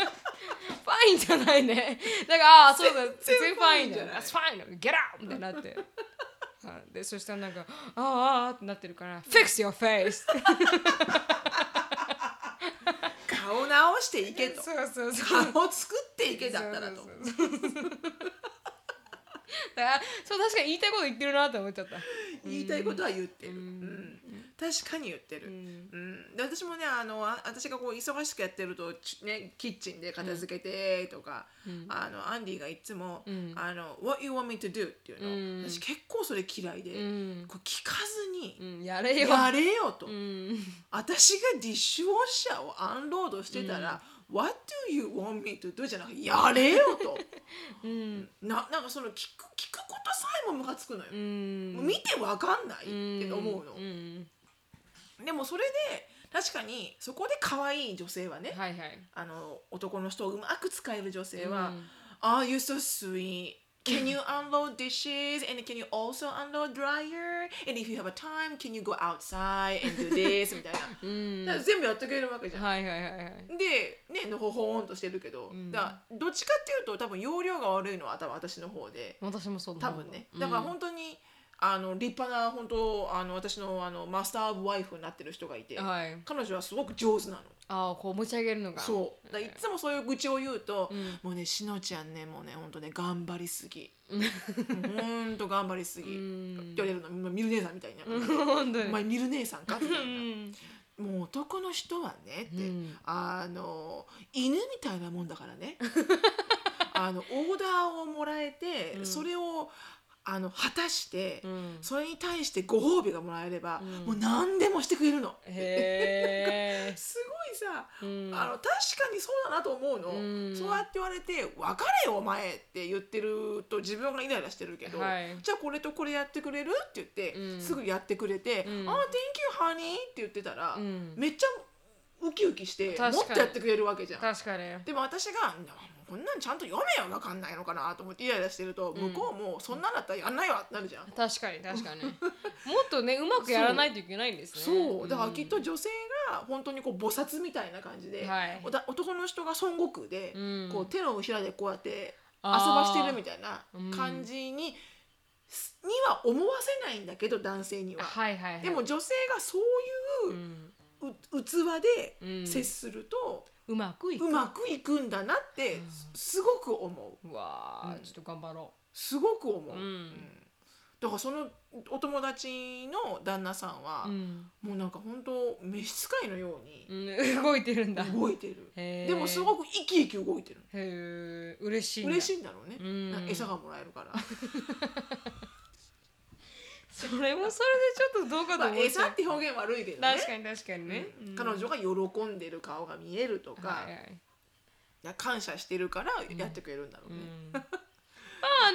S1: インじゃないね。だから、ああ、そうだ、全然ファインじゃない。ファインだ。ゲラーみたいになって。はいで、そしたらなんか、ああああってなってるから、Fix your face!
S2: 顔直していけと。
S1: <laughs> そうそうそう。
S2: 顔を作っていけだったらと
S1: そう。そうそうそうだからそう確かに言いたいこと言ってるなと思っちゃった。
S2: 言いたいことは言ってる。うん確かに言ってる。うんで私もねあのあ私がこう忙しくやってるとちねキッチンで片付けてとか、あのアンディがいつも、
S1: ん
S2: あの What you want me to do っていう
S1: う
S2: の、
S1: ん
S2: 私結構それ嫌いで、
S1: うん、
S2: こう聞かずに
S1: う、ん、やれよ。
S2: やれよと、
S1: うん、
S2: 私がディッシュウォッシャーをアンロードしてたら、What do you want me to do じゃなくてやれよと
S1: うん、
S2: ななんかその聞く聞くことさえもムカつくのよ
S1: う、ん、
S2: 見てわかんないって思うの、
S1: うん、
S2: でもそれで確かにそこで可愛い女性はね、
S1: はいはい。
S2: あの男の人をうまく使える女性
S1: う
S2: は
S1: ん
S2: 「ああ、you're so sweet」Can you unload dishes and can you also unload dryer? And if you have a time, can you go outside and do this? <laughs> みたいな。
S1: うん、
S2: だから全部やってくれるわけじゃん。
S1: はいはいはいはい。
S2: で、ね、のほほーんとしてるけど、
S1: ん
S2: だからどっちかっていうと多分容量が悪いのは多分私の方で、
S1: 私もそうだ
S2: 多分ね。だから本当に、あの立派な本当あの私のあのマスター・オブ・ワイフになってる人がいて、
S1: はい。
S2: 彼女はすごく上手なの。
S1: ああ、こう持ち上げるのが。
S2: そうだからいつもそういう愚痴を言うと、
S1: ん
S2: もうねしのちゃんねもうねほんとね頑張りすぎほんと頑張りすぎ、
S1: ん
S2: って言われるのもうミル姉さんみたいになる、
S1: 本当
S2: お
S1: に。
S2: 前ミル姉さんかみたいな、
S1: うん
S2: もう男の人はねって、
S1: うん
S2: あの犬みたいなもんだか
S1: <laughs>
S2: らねあのオーダーをもらえて、
S1: うん
S2: それをあの果たして、
S1: うん
S2: それに対してご褒美がもらえれば、
S1: うん
S2: もう何でもしてくれるの
S1: へえ。
S2: すごいさ
S1: うん
S2: あの確かにそうだなと思うの、
S1: うん
S2: そうやって言われて「別れよお前」って言ってると自分がイライラしてるけど、
S1: はい
S2: じゃあこれとこれやってくれるって言って、
S1: うん
S2: すぐやってくれて「
S1: うん
S2: ああ Thank you honey」って言ってたら、
S1: うん
S2: めっちゃウキウキして
S1: 確か
S2: も
S1: に
S2: っとやってくれるわけじゃん。
S1: 確かに。
S2: でも私がなこんなんちゃんと読めよわかんないのかなと思ってイライラしてると、
S1: ん
S2: 向こうもそんなんだったらやんないわってなるじゃん、
S1: 確かに確
S2: <laughs>
S1: かに。もっとね、うまくやらないといけないんですね。
S2: そうだからきっと
S1: うん
S2: 女性が本当にこう菩薩みたいな感じで、
S1: はい
S2: おだ男の人が孫悟空で、
S1: うん
S2: こう手の後ろでこうやって遊
S1: あー
S2: ばしてるみたいな
S1: うん
S2: 感じに、すには思わせないんだけど男性には。
S1: はいはいはい。
S2: でも女性がそう
S1: う、
S2: いうんう、器で
S1: うん
S2: 接すると、
S1: うまくいうく。
S2: まくいくんだなってすすごく思う
S1: うわあ、
S2: うん
S1: ちょっと頑張ろ
S2: すごく思う、
S1: うん
S2: だからそのお友達の旦那さんは、
S1: うん
S2: もうなんか本当召使いのように
S1: うん、 <laughs> 動いてるんだ
S2: 動いてる、
S1: へー
S2: でもすごく生き生き動いてる
S1: へえ嬉しいんだ
S2: 嬉しいんだろうね、
S1: うん
S2: なんか餌がもらえるから
S1: それもそれでちょっとどうか
S2: ま
S1: と
S2: あ
S1: 思っち
S2: 餌
S1: ゃ
S2: っ
S1: う、
S2: て表現悪いけどね
S1: 確かに確かにね、
S2: うん彼女が喜んでる顔が見えるとか,、
S1: はいはい
S2: 感謝してるからやってくれるんだろう
S1: う
S2: ね、 <laughs>
S1: ん、まああ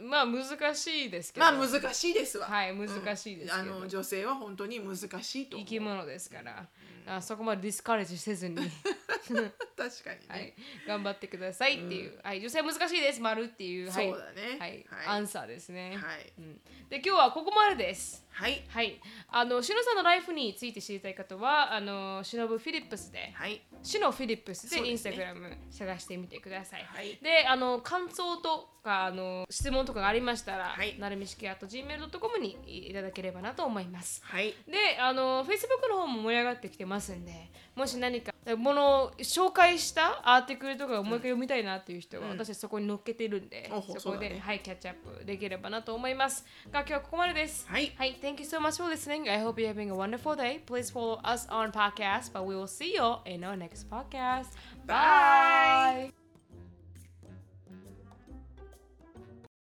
S1: のまあ難しいですけど
S2: まあ難しいですわ
S1: はい難しいですけ
S2: あ
S1: ど、
S2: の女性は本当に難しいと
S1: 生
S2: 思う
S1: き物ですから、あそこまでディスカレッジせず
S2: <laughs>
S1: に、
S2: 確かにね、
S1: はい、頑張ってくださいっていう、はい、女性難しいです丸っていう、はい
S2: そうだね
S1: はい
S2: は
S1: ア
S2: い
S1: ンサーですね、
S2: はい
S1: うん、で今日はここまでです
S2: はい
S1: はいあのしのさんのライフについて知りたい方はあのしのぶフィリップスで
S2: はい
S1: シノフィリップス
S2: そう
S1: でイ
S2: で
S1: ンス
S2: す
S1: タ
S2: ね
S1: グラム探してみてください。
S2: はい
S1: であの感想とかあの質問とかがありましたら、
S2: はい
S1: なるみしきあと gmail.com にいただければなと思います。
S2: はい
S1: であの Facebook の方も盛り上がってきてますんでもし何かものを紹介したアーティクルとかをもう一回読みたいなっていう人は、
S2: うん
S1: 私たちそこに載っけてるんで、
S2: おほ
S1: そ
S2: そ
S1: こ
S2: うだ
S1: で、
S2: ね
S1: はい、キャッチアップできればなと思いますが今日はここまでです
S2: はい
S1: はい、Thank you so much for listening I hope you're having a wonderful day Please follow us on podcast but we will see you in our next podcast
S2: Bye.